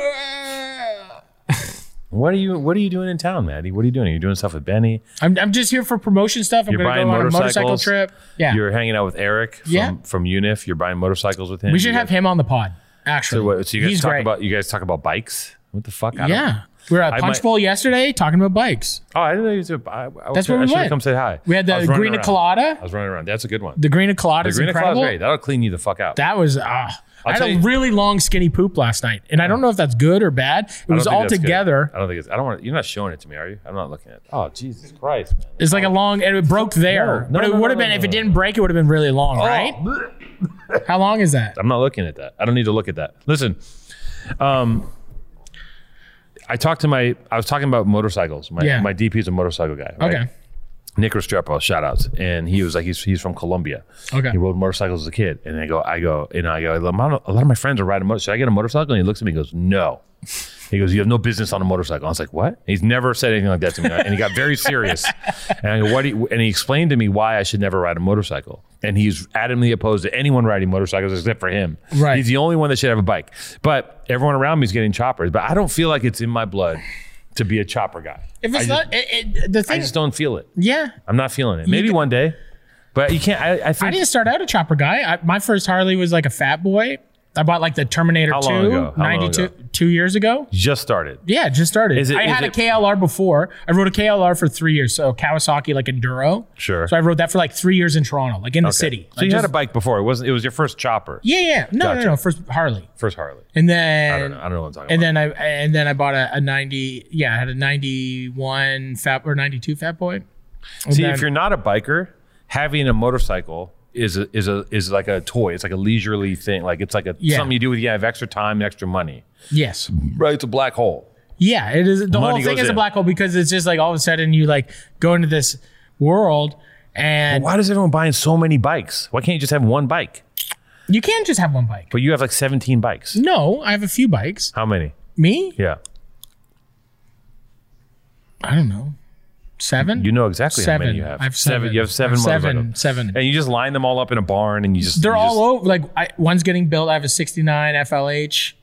what uh,
are you What are you doing in town, Maddie? What are you doing? Are you doing stuff with Benny?
I'm, I'm just here for promotion stuff. I'm
You're
going to
buying
go on a motorcycle
motorcycles?
trip. Yeah.
You're hanging out with Eric from,
Yeah.
from Unif. You're buying motorcycles with him.
we should
You
have
guys-
him on the pod, actually.
So, what, so you guys
He's
talk
great.
about you guys talk about bikes. What the fuck? I don't-
Yeah. We were at
I
Punch
might-
Bowl yesterday talking about bikes.
Oh, I didn't know you was a. I, I
That's
I
where we
should've
went.
Come say hi.
We had
I
the
was running
Green
around. I
Colada.
was running around. That's a good one.
The Green Colada
The
is
green Colada is
incredible.
great. That'll clean you the fuck out.
That was uh, I had
tell
a
you-
really long skinny poop last night, and I don't know if that's good or bad. It
I don't
was
think
all
that's good.
together.
I don't think it's. I don't want. You're not showing it to me, are you? I'm not looking at. it. Oh Jesus Christ, man.
It's like a long, and it broke there.
No, no,
but it
no,
would have
no,
been,
no,
if
no,
it didn't break, it would have been really
Oh.
long, right? How long is that?
I'm not looking at that. I don't need to look at that. Listen, um, I talked to my. I was talking about motorcycles. My
Yeah.
my DP's a motorcycle guy. right?
Okay.
Nick Restrepo, shout outs. And he was like, he's, he's from Colombia.
Okay.
He rode motorcycles as a kid. And I go, I go, and I go, a lot of- a lot of my friends are riding motorcycles. Should I get a motorcycle? And he looks at me and goes, no. He goes, you have no business on a motorcycle. I was like, what? He's never said anything like that to me. And he got very serious. And I go, what? do you- and he explained to me why I should never ride a motorcycle. And he's adamantly opposed to anyone riding motorcycles except for him.
Right.
He's the only one that should have a bike. But everyone around me is getting choppers. But I don't feel like it's in my blood to be a chopper guy.
If it's
I just-
not, it, it, the
I
thing,
just don't feel it.
yeah.
I'm not feeling it. Maybe
d-
one day, but you can't. I, I
I
think.
didn't start out a chopper guy. I, my first Harley was like a fat boy. I bought like the Terminator
How
2,
long ago? How long
92,
ago?
two years ago.
just started.
Yeah, it just started.
Is it-
I
is
had
it-
a KLR before. I rode a KLR for three years. So Kawasaki, like Enduro.
Sure.
So I rode that for like three years in Toronto, like in the city.
So you
Like,
had
just-
a bike before. It wasn't. It was your first chopper.
yeah, yeah. No,
Gotcha.
no, no. First Harley.
First Harley.
And then
I don't know. I don't know what I'm talking
And
about.
then I and then I bought a, a ninety. Yeah, I had a ninety-one fat or ninety-two fat boy. And
See,
then-
if you're not a biker, having a motorcycle is a, is a is like a toy. It's like a leisurely thing. Like it's like a
Yeah.
something you do with you have extra time, and extra money.
yes,
Right. It's a black hole.
yeah, it is. The
Money
whole thing
goes
is a
in.
black hole because it's just like all of a sudden you like go into this world and
Why does everyone buying so many bikes? Why can't you just have one bike?
you can't just have one bike.
But you have like 17 bikes.
No, I have a few bikes.
How many?
Me,
Yeah.
I don't know. Seven?
You know exactly how
seven.
many you have.
I have seven.
You have seven.
I have
motorcycles.
seven. Seven.
And you just line them all up in a barn, and you just
They're
you
all
just-
over. Like I, one's getting built. I have a '69 FLH,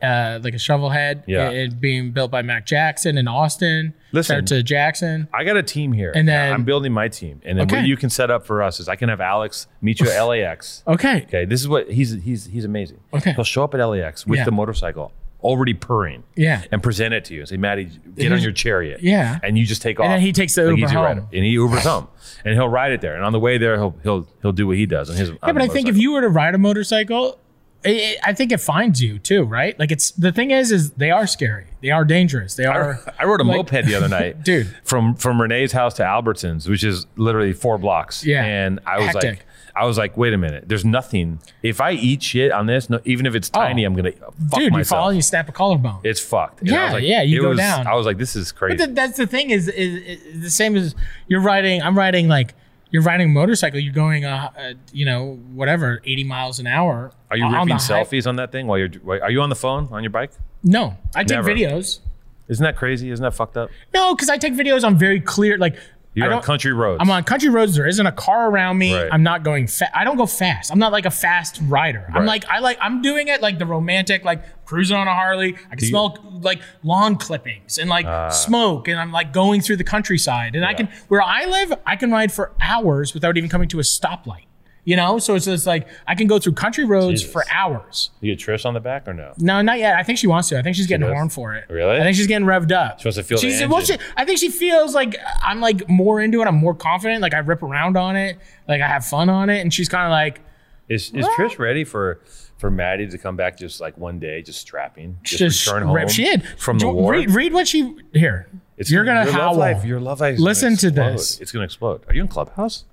uh, like a shovel head.
Yeah.
It, it being built by Mac Jackson in Austin.
Listen.
Shout out to Jackson.
I got a team here,
And then-
I'm building my team, and then
Okay.
what you can set up for us is I can have Alex meet you at LAX.
Okay.
Okay, this is what he's he's he's amazing.
Okay.
he'll show up at LAX with
Yeah.
the motorcycle already purring.
Yeah.
and present it to you and say, Maddie, get on your chariot.
Yeah.
and you just take off.
then he takes the Uber
easy
home.
rider. and he Ubers home, and he'll ride it there. And on the way there, he'll he'll he'll do what he does. And his
Yeah, but I think if you were to ride a motorcycle, it, it, I think it finds you too, right? Like it's the thing is, is they are scary. They are dangerous. They
I,
are.
I rode a
like-
moped the other night,
Dude.
From from Renee's house to Albertsons, which is literally four blocks.
Yeah.
and I was
Hectic.
like, I was like, wait a minute, there's nothing. If I eat shit on this, no, even if it's tiny, I'm gonna fuck
Oh. dude, you
myself.
fall and you snap a collarbone.
it's fucked. And I
Yeah,
was like,
yeah, you
it
go
was-
down.
I was like, this is crazy.
But th- that's the thing is, is, is the same as you're riding. I'm riding like you're riding a motorcycle. You're going, uh, uh, you know, whatever, 80 miles an hour.
Are you
on
ripping
the high-
selfies on that thing while you're? while- Are you on the phone on your bike?
No, I take
Never.
videos.
Isn't that crazy? Isn't that fucked up?
No, because I take videos on very clear, like I
You're on
don't-
country roads.
I'm on country roads. There isn't a car around me.
Right.
I'm not going. Fa- I don't go fast. I'm not like a fast rider. I'm
Right.
like I like. I'm doing it like the romantic, like cruising on a Harley. I can
you- Ah.
smell like lawn clippings and like smoke, and I'm like going through the countryside. And I can where I live, I can ride for hours without even coming to a stoplight. You know, so it's just like I can go through country roads
Jesus.
for hours.
You get Trish on the back or no?
No, not yet. I think she wants to. I think she's getting
does?
horned for it.
Really?
I think she's getting revved up. She
wants to feel the
She's, well, she,
engine.
I think she feels like I'm like more into it. I'm more confident. Like I rip around on it. Like I have fun on it. And she's kind of like
Is is Trish ready for for Maddie to come back just like one day, just strapping, just,
just
return home
ripped. She did
from the
Do-
war?
Read, read what she here.
It's
you're gonna
your
howl.
Love life, your love life. is gonna
Listen to
explode.
this.
It's gonna explode. Are you in Clubhouse?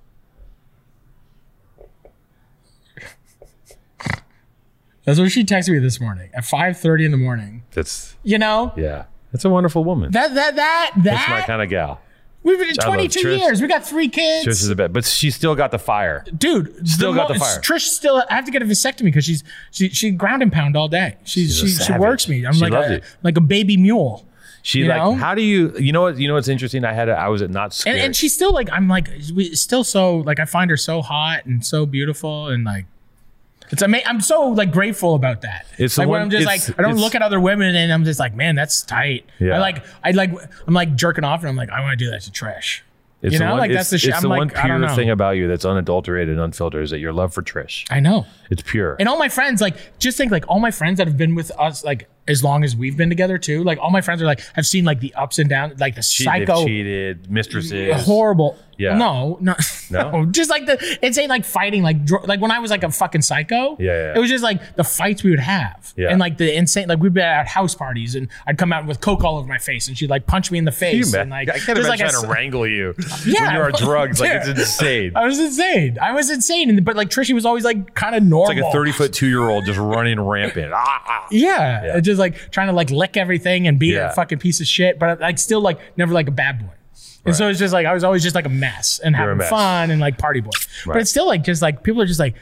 That's what she texted me this morning at 5:30 in the morning.
That's
You know
yeah. That's a wonderful woman.
that that that
That's my
that.
kind of gal.
We've been in
I love
22
Trish.
years. We got three
Trish
kids.
is a bit, but she still got the fire.
dude
Still got the
mo-
fire.
Trish still. I have to get a vasectomy because she's she she ground and pound all day. She
She's a
she, she
savage.
works me. I'm
She
like
loves
a,
it.
like a baby mule.
She
You
like,
know?
how do you? You know what? You know what's interesting? I had a, I was at not
And,
scared.
and she's still like I'm like we still so like I find her so hot and so beautiful and like it's ama- I'm so like grateful about that.
It's the
like
one-
when I'm just
it's-
like I don't
it's-
look at other women and I'm just like man that's tight.
Yeah.
I like I like I'm like jerking off and I'm like I want to do that to Trish.
It's
You
the
know,
one,
like,
it's,
that's the shit.
it's
I'm
the
like,
one
I don't
pure
know.
thing about you that's unadulterated and unfiltered is that your love for Trish.
I know.
It's pure.
And all my friends, like, just think, like, all my friends that have been with us, like, as long as we've been together, too, like, all my friends are like, have seen, like, the ups and downs, like, the
Cheated,
psycho,
cheated, mistresses.
horrible.
Yeah.
No, no,
No?
no, Just like the, it's ain't like fighting, like, dr- like when I was like a fucking psycho.
Yeah, yeah.
It was just like the fights we would have.
Yeah.
And like the insane, like we'd be at house parties and I'd come out with coke all over my face and she'd like punch me in the
Can you
face.
ima-
and like,
I can't
just
imagine
like a
trying
s-
to wrangle you when
Yeah,
you're on
well,
drugs. Like
yeah.
it's insane.
I was insane. I was insane. And, but like Trishy was always like kind of normal.
It's like a 30 foot two year old just running rampant. Ah, ah.
Yeah,
Yeah.
it's just like trying to like lick everything and be
Yeah.
a fucking piece of shit, but like still like never like a bad boy. And so it's just like I was always just like a mess and
a
having
mess.
fun and like party boy.
Right.
But it's still like just like people are just like.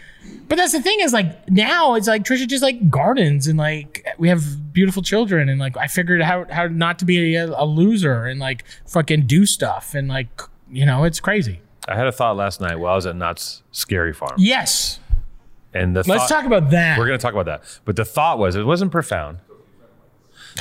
But that's the thing is like now it's like Trisha just like gardens and like we have beautiful children and like I figured out how, how not to be a, a loser and like fucking do stuff and like you know it's crazy.
I had a thought last night while I was at Knott's Scary Farm.
Yes,
And the
let's
thought,
talk about that.
Uh, We're going to talk about that. But the thought was, it wasn't profound.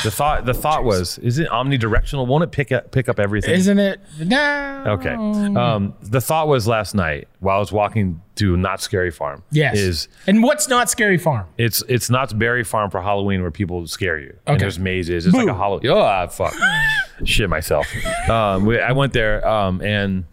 The thought, the thought was, is it omnidirectional? Won't it pick up, pick up everything?
Isn't it? Oh. No.
Okay. Um, the thought was last night while I was walking to Not Scary Farm.
Yes.
Is
and what's not scary farm?
it's it's Knott's Berry Farm for Halloween where people scare you. And
Okay.
there's mazes. It's like a
Boo.
Halloween. Oh ah, fuck. Shit myself. Um, we, I went there um, and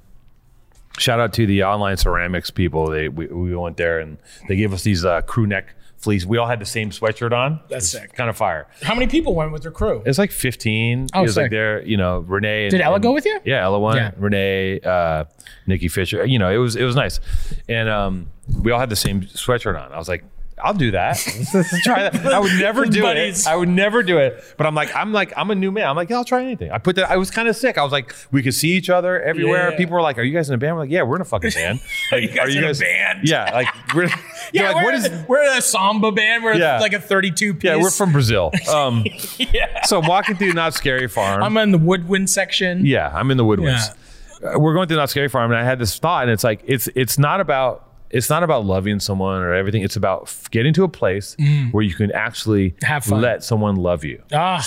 shout out to the online ceramics people. They we, we went there and they gave us these uh, crew neck fleece. We all had the same sweatshirt on.
That's sick.
Kind of fire.
How many people went with their crew?
It's like 15.
Oh,
it was like
sick.
there, you know, Renee. and-
Did Ella
and-
go with you?
Yeah, Ella won.
Yeah.
Renee, uh, Nikki Fisher. You know, it was it was nice, and um, we all had the same sweatshirt on. I was like, I'll do that. Let's try that. I would never do
Buddies.
it. I would never do it. But I'm like, I'm like, I'm a new man. I'm like, yeah, I'll try anything. I put that. I was kind of sick. I was like, we could see each other everywhere.
yeah.
People were like, are you guys in a band? We're like, yeah, we're in a fucking band. Like,
you guys in a band?
Yeah, like we're.
Yeah,
yeah, like,
we're,
what is?
we're a samba band. We're
Yeah.
like a 32 piece.
Yeah, we're from Brazil. Um,
yeah.
so I'm walking through Not Scary Farm.
I'm in the woodwind section.
Yeah, I'm in the woodwinds. Uh, we're going through Not Scary Farm, and I had this thought, and it's like it's it's not about it's not about loving someone or everything. It's about f- getting to a place where you can actually
Mm. Have fun. Mm.
let someone love you,
Ah,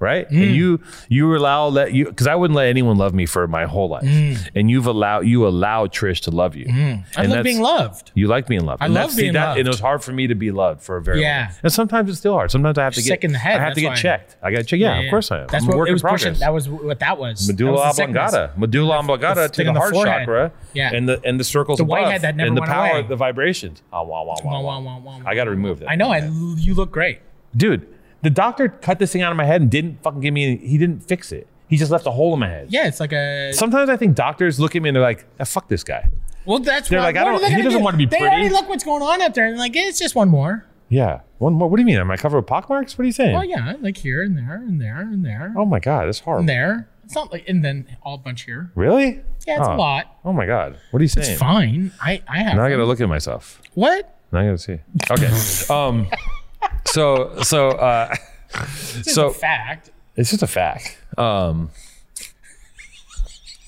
right? And you you allow let you because I wouldn't let anyone love me for my whole life,
Mm.
and you've allowed you allow Trish to love you.
I
And
love
that's-
being loved.
You like being loved. I
Mm. love being loved.
And it was hard for me to be loved for a very
Yeah.
long time. And sometimes it's still hard. Sometimes I have to
You're sick
get
in the head,
I have
that's
to
why.
get checked. I got checked. Yeah, of course I am.
That's
I'm a
what
work
it
in
was
progress.
pushing. That was what that was. That
medulla
was the sickness.
oblongata, medulla oblongata to
thing
the,
on the
heart
forehead.
chakra,
Yeah.
and the and the circles
The
above,
whitehead that never
and the
went
power,
away.
the vibrations. Ah, wah, wah,
Wah,
wah, wah.
wah, wah, wah, wah.
I got to remove that.
I know. I, you look great.
dude. The doctor cut this thing out of my head and didn't fucking give me. Any, he didn't fix it. He just left a hole in my head.
Yeah, it's like a.
Sometimes I think doctors look at me and they're like, ah, "Fuck this guy."
well, that's
they're
why-
like, I
what are
don't-
they
he
gonna
doesn't
do?
want to be
They
pretty.
already look what's going on up there, and like, eh, it's just one more.
Yeah. One more. What do you mean? Am I covered with pockmarks? What are you saying?
Oh yeah, like here and there and there and there
Oh my god, that's horrible.
and there. It's not like and then all a bunch here.
Really?
Yeah, it's
Huh.
a lot.
Oh my god. What are you saying?
It's fine. I I have.
Now I
them.
gotta look at myself.
What?
Now I gotta see. Okay. um. So so uh.
It's
So-
a fact.
It's just a fact. Um,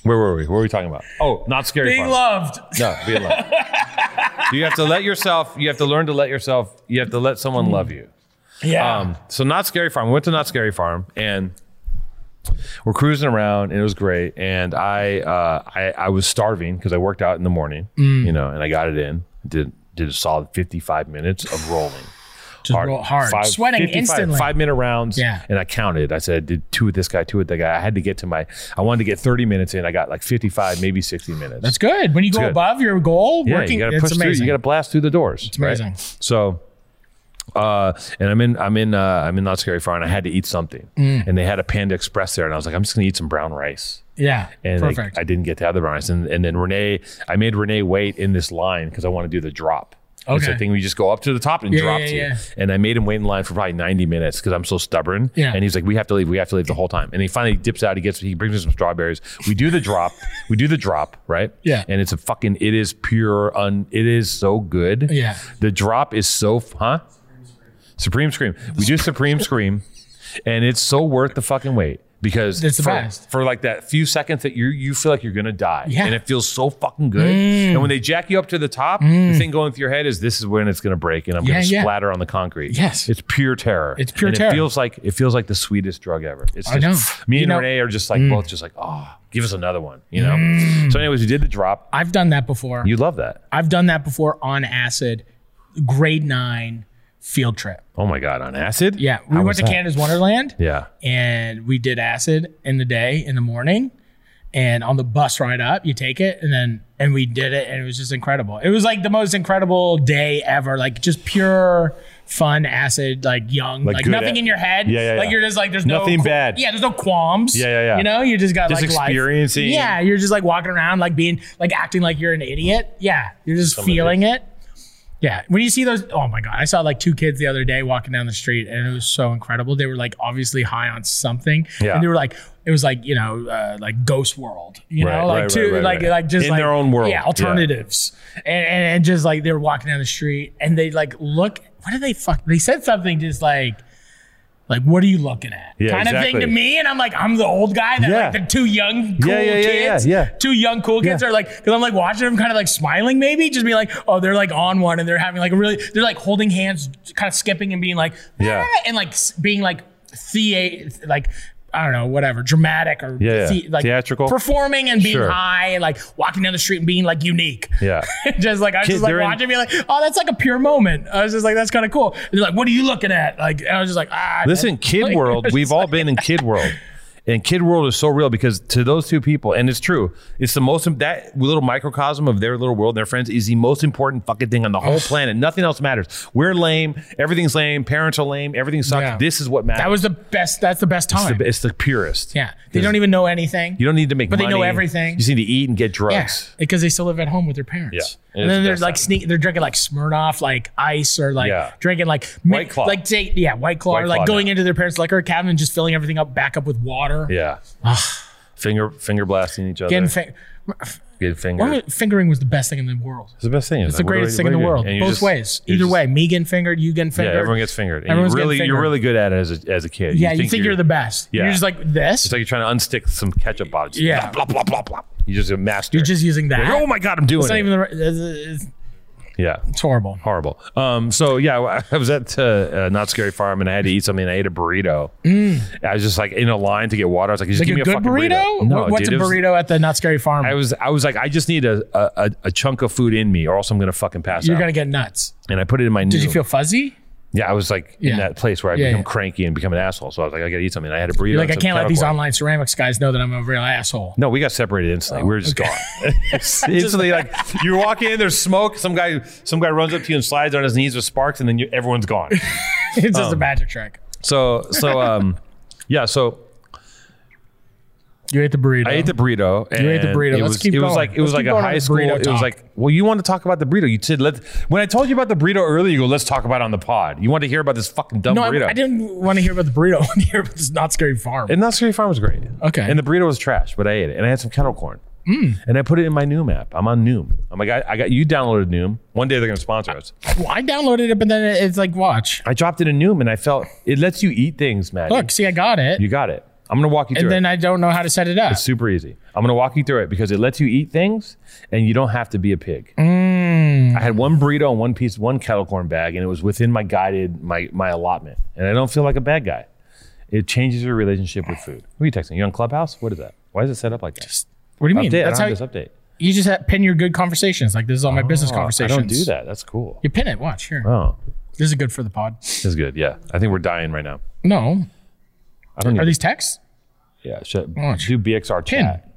where were we? What were we talking about? Oh, not scary.
Being
farm.
loved.
No, being loved. you have to let yourself. You have to learn to let yourself. You have to let someone love you.
Yeah.
Um, so not scary farm. We went to not scary farm and we're cruising around and it was great. And I uh, I, I was starving because I worked out in the morning,
Mm.
you know, and I got it in. Did did a solid fifty five minutes of rolling.
Just roll hard. Sweating
55
instantly.
Five minute rounds.
Yeah.
And I counted. I said, I did two with this guy, two with that guy. I had to get to my, I wanted to get 30 minutes in. I got like 55, maybe 60 minutes.
That's good. When you go
good.
above your goal,
yeah,
working,
you gotta
it's
push
amazing.
through. You gotta blast through the doors. It's
amazing.
So, uh, and I'm in, I'm in, uh, I'm in Not Scary Farm. And I had to eat something,
Mm.
and they had a Panda Express there, and I was like, I'm just gonna eat some brown rice.
yeah,
And they-
perfect.
I didn't get to have the brown rice, and, and then Renee, I made Renee wait in this line because I want to do the drop. It's
Okay.
a thing we just go up to the top and
Yeah,
drop
yeah,
to you.
yeah.
And I made him wait in line for probably 90 minutes because I'm so stubborn.
Yeah.
And he's like, we have to leave. We have to leave the whole time. And he finally dips out. He gets, he brings me some strawberries. We do the drop. we do the drop, right?
Yeah.
And it's a fucking, it is pure, un, it is so good.
Yeah.
The drop is so, f- huh? Supreme Scream. We do Supreme Scream, and it's so worth the fucking wait because
It's the
for,
best.
for like that few seconds that you you feel like you're gonna die,
Yeah. Mm.
and it feels so fucking good. And when they jack you up to the top, the thing going through your head is this is when it's gonna break, and I'm gonna
Yeah, yeah.
splatter on the concrete.
Yes.
it's pure terror.
It's pure
And
terror.
It feels like it feels like the sweetest drug ever. It's
I
just,
know.
Me
You
and
know- Mm.
Renee are just like both just like oh, give us another one, you know. So, anyways, we did the drop.
I've done that before.
You love that.
I've done that before on acid, grade nine field trip.
Oh my god, on acid.
Yeah, we
How
went
was
to
that?
Canada's Wonderland
Yeah.
and we did acid in the day, in the morning, and on the bus ride up, you take it, and then and we did it, and it was just incredible. It was like the most incredible day ever, like just pure fun acid, like young,
Like
like,
good
nothing
ac-
in your head.
Yeah, yeah,
Like
yeah.
you're just like there's
Nothing
no, qu-
bad.
Yeah, there's no qualms.
Yeah, yeah, yeah.
You know, you just got
Just
like life.
experiencing-
Yeah, you're just like walking around, like being like acting like you're an idiot. Yeah, you're just feeling it. Yeah. When you see those, oh my God, I saw like two kids the other day walking down the street and it was so incredible. They were like obviously high on something.
Yeah.
And they were like, it was like, you know, uh, like Ghost World, you
Right,
know, like
right,
two,
right, right,
like,
right.
like just
In
like-
their own world.
Yeah.
Yeah.
Alternatives. And, and, and just like they were walking down the street and they like look, what did they fuck? They said something just like, like, what are you looking at?
Yeah,
kind of
exactly.
thing to me. And I'm like, I'm the old guy that
Yeah.
like the two young, cool
Yeah, yeah, yeah, yeah,
kids,
yeah.
two young, cool kids
Yeah.
are like, cause I'm like watching them kind of like smiling maybe just be like, oh, they're like on one and they're having like a really, they're like holding hands, kind of skipping and being like,
Yeah.
"Ah," and like s- being like, thea- like, I don't know, whatever, dramatic or
Yeah, yeah.
like
Theatrical.
performing and being
Sure.
high and like walking down the street and being like unique.
Yeah.
just like I was
Kid,
just like
they're in-
watching, and being like, oh, that's like a pure moment. I was just like, that's kind of cool. And they're like, what are you looking at? Like, and I was just like, ah.
Listen, Kid
Like,
World,
it's
we've all been in Kid World. And Kid World is so real because to those two people, and it's true, it's the most that little microcosm of their little world and their friends is the most important fucking thing on the whole planet. Nothing else matters. We're lame. Everything's lame. Parents are lame. Everything sucks.
Yeah.
This is what matters.
That was the best. That's the best
it's
time.
the, it's the purest.
yeah, they don't even know anything.
You don't need to make
But they
money.
know everything.
You just need to eat and get
yeah,
drugs.
because they still live at home with their parents.
Yeah.
and
It's
then
the
they're
best
like
time.
sneak. They're drinking like Smirnoff, like ice, or like
Yeah.
drinking like
White Claw.
like say, yeah, white claw,
White
or like
Claw,
going
yeah.
into their parents' liquor cabinet and just filling everything up back up with water.
Yeah. finger finger blasting each other.
Getting fi-
Good finger.
Well, fingering was the best thing in the world.
It's the best thing.
It's the greatest thing in the world. Both ways. Either way, me getting fingered, you getting
Yeah,
fingered.
everyone gets fingered. And
Everyone's
you
getting
really, you're
fingered.
really good at it as a, as a kid.
yeah, you think, you're, the best.
Yeah.
You're just like this.
It's like you're trying to unstick some ketchup bottles.
Yeah.
Blah, blah, blah, blah, blah. You just a master.
you're just using that.
Like, oh my god, I'm doing
it's not
it.
even the right, it's, it's-
yeah.
it's horrible.
Horrible. Um, so yeah, I was at uh, uh, Not Scary Farm and I had to eat something. and I ate a burrito. I was just like in a line to get water. I was like, just
Mm. Like
give
a
me a
good
fucking
burrito?
No,
What- what's
dude,
a
it was-
burrito at the Not Scary Farm?
I was I was like, I just need a a, a- a chunk of food in me, or else I'm gonna fucking pass
You're
out.
gonna get nuts.
and I put it in my.
Did you feel fuzzy?
Yeah, I was like
Yeah.
in that place where I
Yeah,
become
yeah.
cranky and become an asshole. So I was like, I gotta eat something. I had a burrito.
You're like,
and
I
some
can't let these
kettle corn.
online ceramics guys know that I'm a real asshole.
No, we got separated instantly. we were
Oh,
just gone. instantly, like you walk in, there's smoke. Some guy, some guy runs up to you and slides on his knees with sparks, and then you, everyone's gone.
it's
Um,
just a magic trick.
So, so, um, yeah. So
You ate the burrito.
I ate the burrito. And
ate the burrito.
It
Let's
was,
keep
it was
going.
like it was
Let's
like
keep
a
going on
high
this
school.
burrito
It was
talk.
like, well, you want to talk about the burrito? You said let. When I told you about the burrito earlier, you go, let's talk about it on the pod. You want to hear about this fucking dumb
no,
burrito?
I, I didn't want to hear about the burrito. I wanted to hear about this Not Scary Farm.
And Not Scary Farm was great.
Okay. Mm.
And the burrito was trash, but I ate it. And I had some kettle corn. And I put it in my Noom app. I'm on Noom. I'm like, I, I got you downloaded Noom. One day they're gonna sponsor us.
Well, I downloaded it, but then it- it's like, watch.
I dropped it in Noom, and I felt it lets you eat things, Matt.
Look, see, I got it.
you got it. I'm gonna walk you through
and then
it.
I don't know how to set it up.
It's super easy. I'm gonna walk you through it because it lets you eat things, and you don't have to be a pig.
Mm.
I had one burrito and one piece, one kettle corn bag, and it was within my guided my my allotment, and I don't feel like a bad guy. It changes your relationship with food. Who are you texting? You on Clubhouse? What is that? Why is it set up like that?
What do you mean?
update.
That's
I
how
don't have this update.
you just have, pin your good conversations. Like this is all my business
Oh,
conversations.
I don't do that. That's cool.
You pin it. Watch here.
Oh,
This is good for the pod.
this is good. Yeah, I think we're dying right now.
No,
I don't.
are
even-
these texts?
Yeah, shit.
Watch.
Do BXR
Pin.
chat.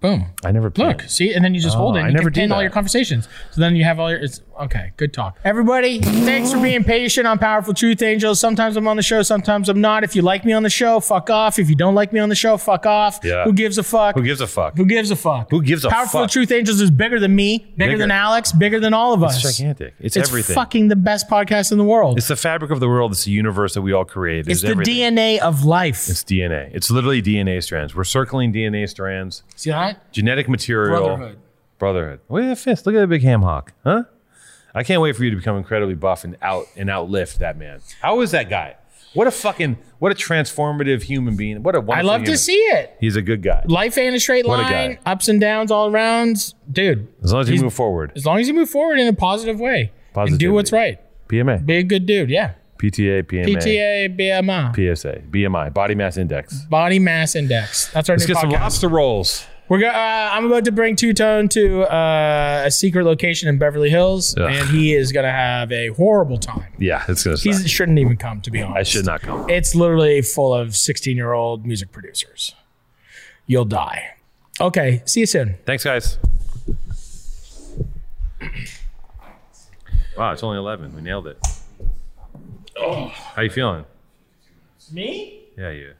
Boom.
I never pin.
Look, see, and then you just hold it.
Oh, I
And you
never
never
do
can pin all
that.
your conversations. So then you have all your. It's okay. Good talk, everybody. Thanks for being patient on Powerful Truth Angels. Sometimes I'm on the show, sometimes I'm not. If you like me on the show, fuck off. If you don't like me on the show, fuck off.
Yeah.
Who gives a fuck?
Who gives a fuck?
Who gives a fuck?
Who gives a
Powerful
fuck?
Truth Angels is bigger than me, bigger,
Bigger.
than Alex, bigger than all of us.
It's gigantic. It's,
It's
everything.
fucking the best podcast in the world.
It's the fabric of the world. It's the universe that we all create.
It's,
There's
the
everything.
DNA of life.
It's DNA. It's literally DNA strands. We're circling DNA strands,
See that?
genetic material.
Brotherhood.
Brotherhood. Look at that fist. Look at that big ham hock. Huh? I can't wait for you to become incredibly buff and out and outlift that man. How is that guy? What a fucking what a transformative human being. What a wonderful
I love to
human.
see it.
He's a good guy.
Life ain't a straight
What a
line.
guy.
ups and downs all around. Dude,
As long as you
He's-
move forward.
as long as you move forward in a positive way and
Positivity.
do what's right,
PMA.
be a good dude. Yeah.
PTA, PMA.
PTA, BMI,
PSA, BMI, body mass index.
Body Mass Index. That's our
Let's
new
get some
podcast.
lobster rolls.
We're go- uh, I'm about to bring Two Tone to uh, a secret location in Beverly Hills,
Ugh.
and he is going to have a horrible time.
Yeah, it's gonna
He
suck.
shouldn't even come, to be honest.
I should not come.
It's literally full of 16 year old music producers. You'll die. Okay, see you soon.
Thanks, guys. Wow, it's only eleven. We nailed it. How you feeling?
Me?
Yeah, you.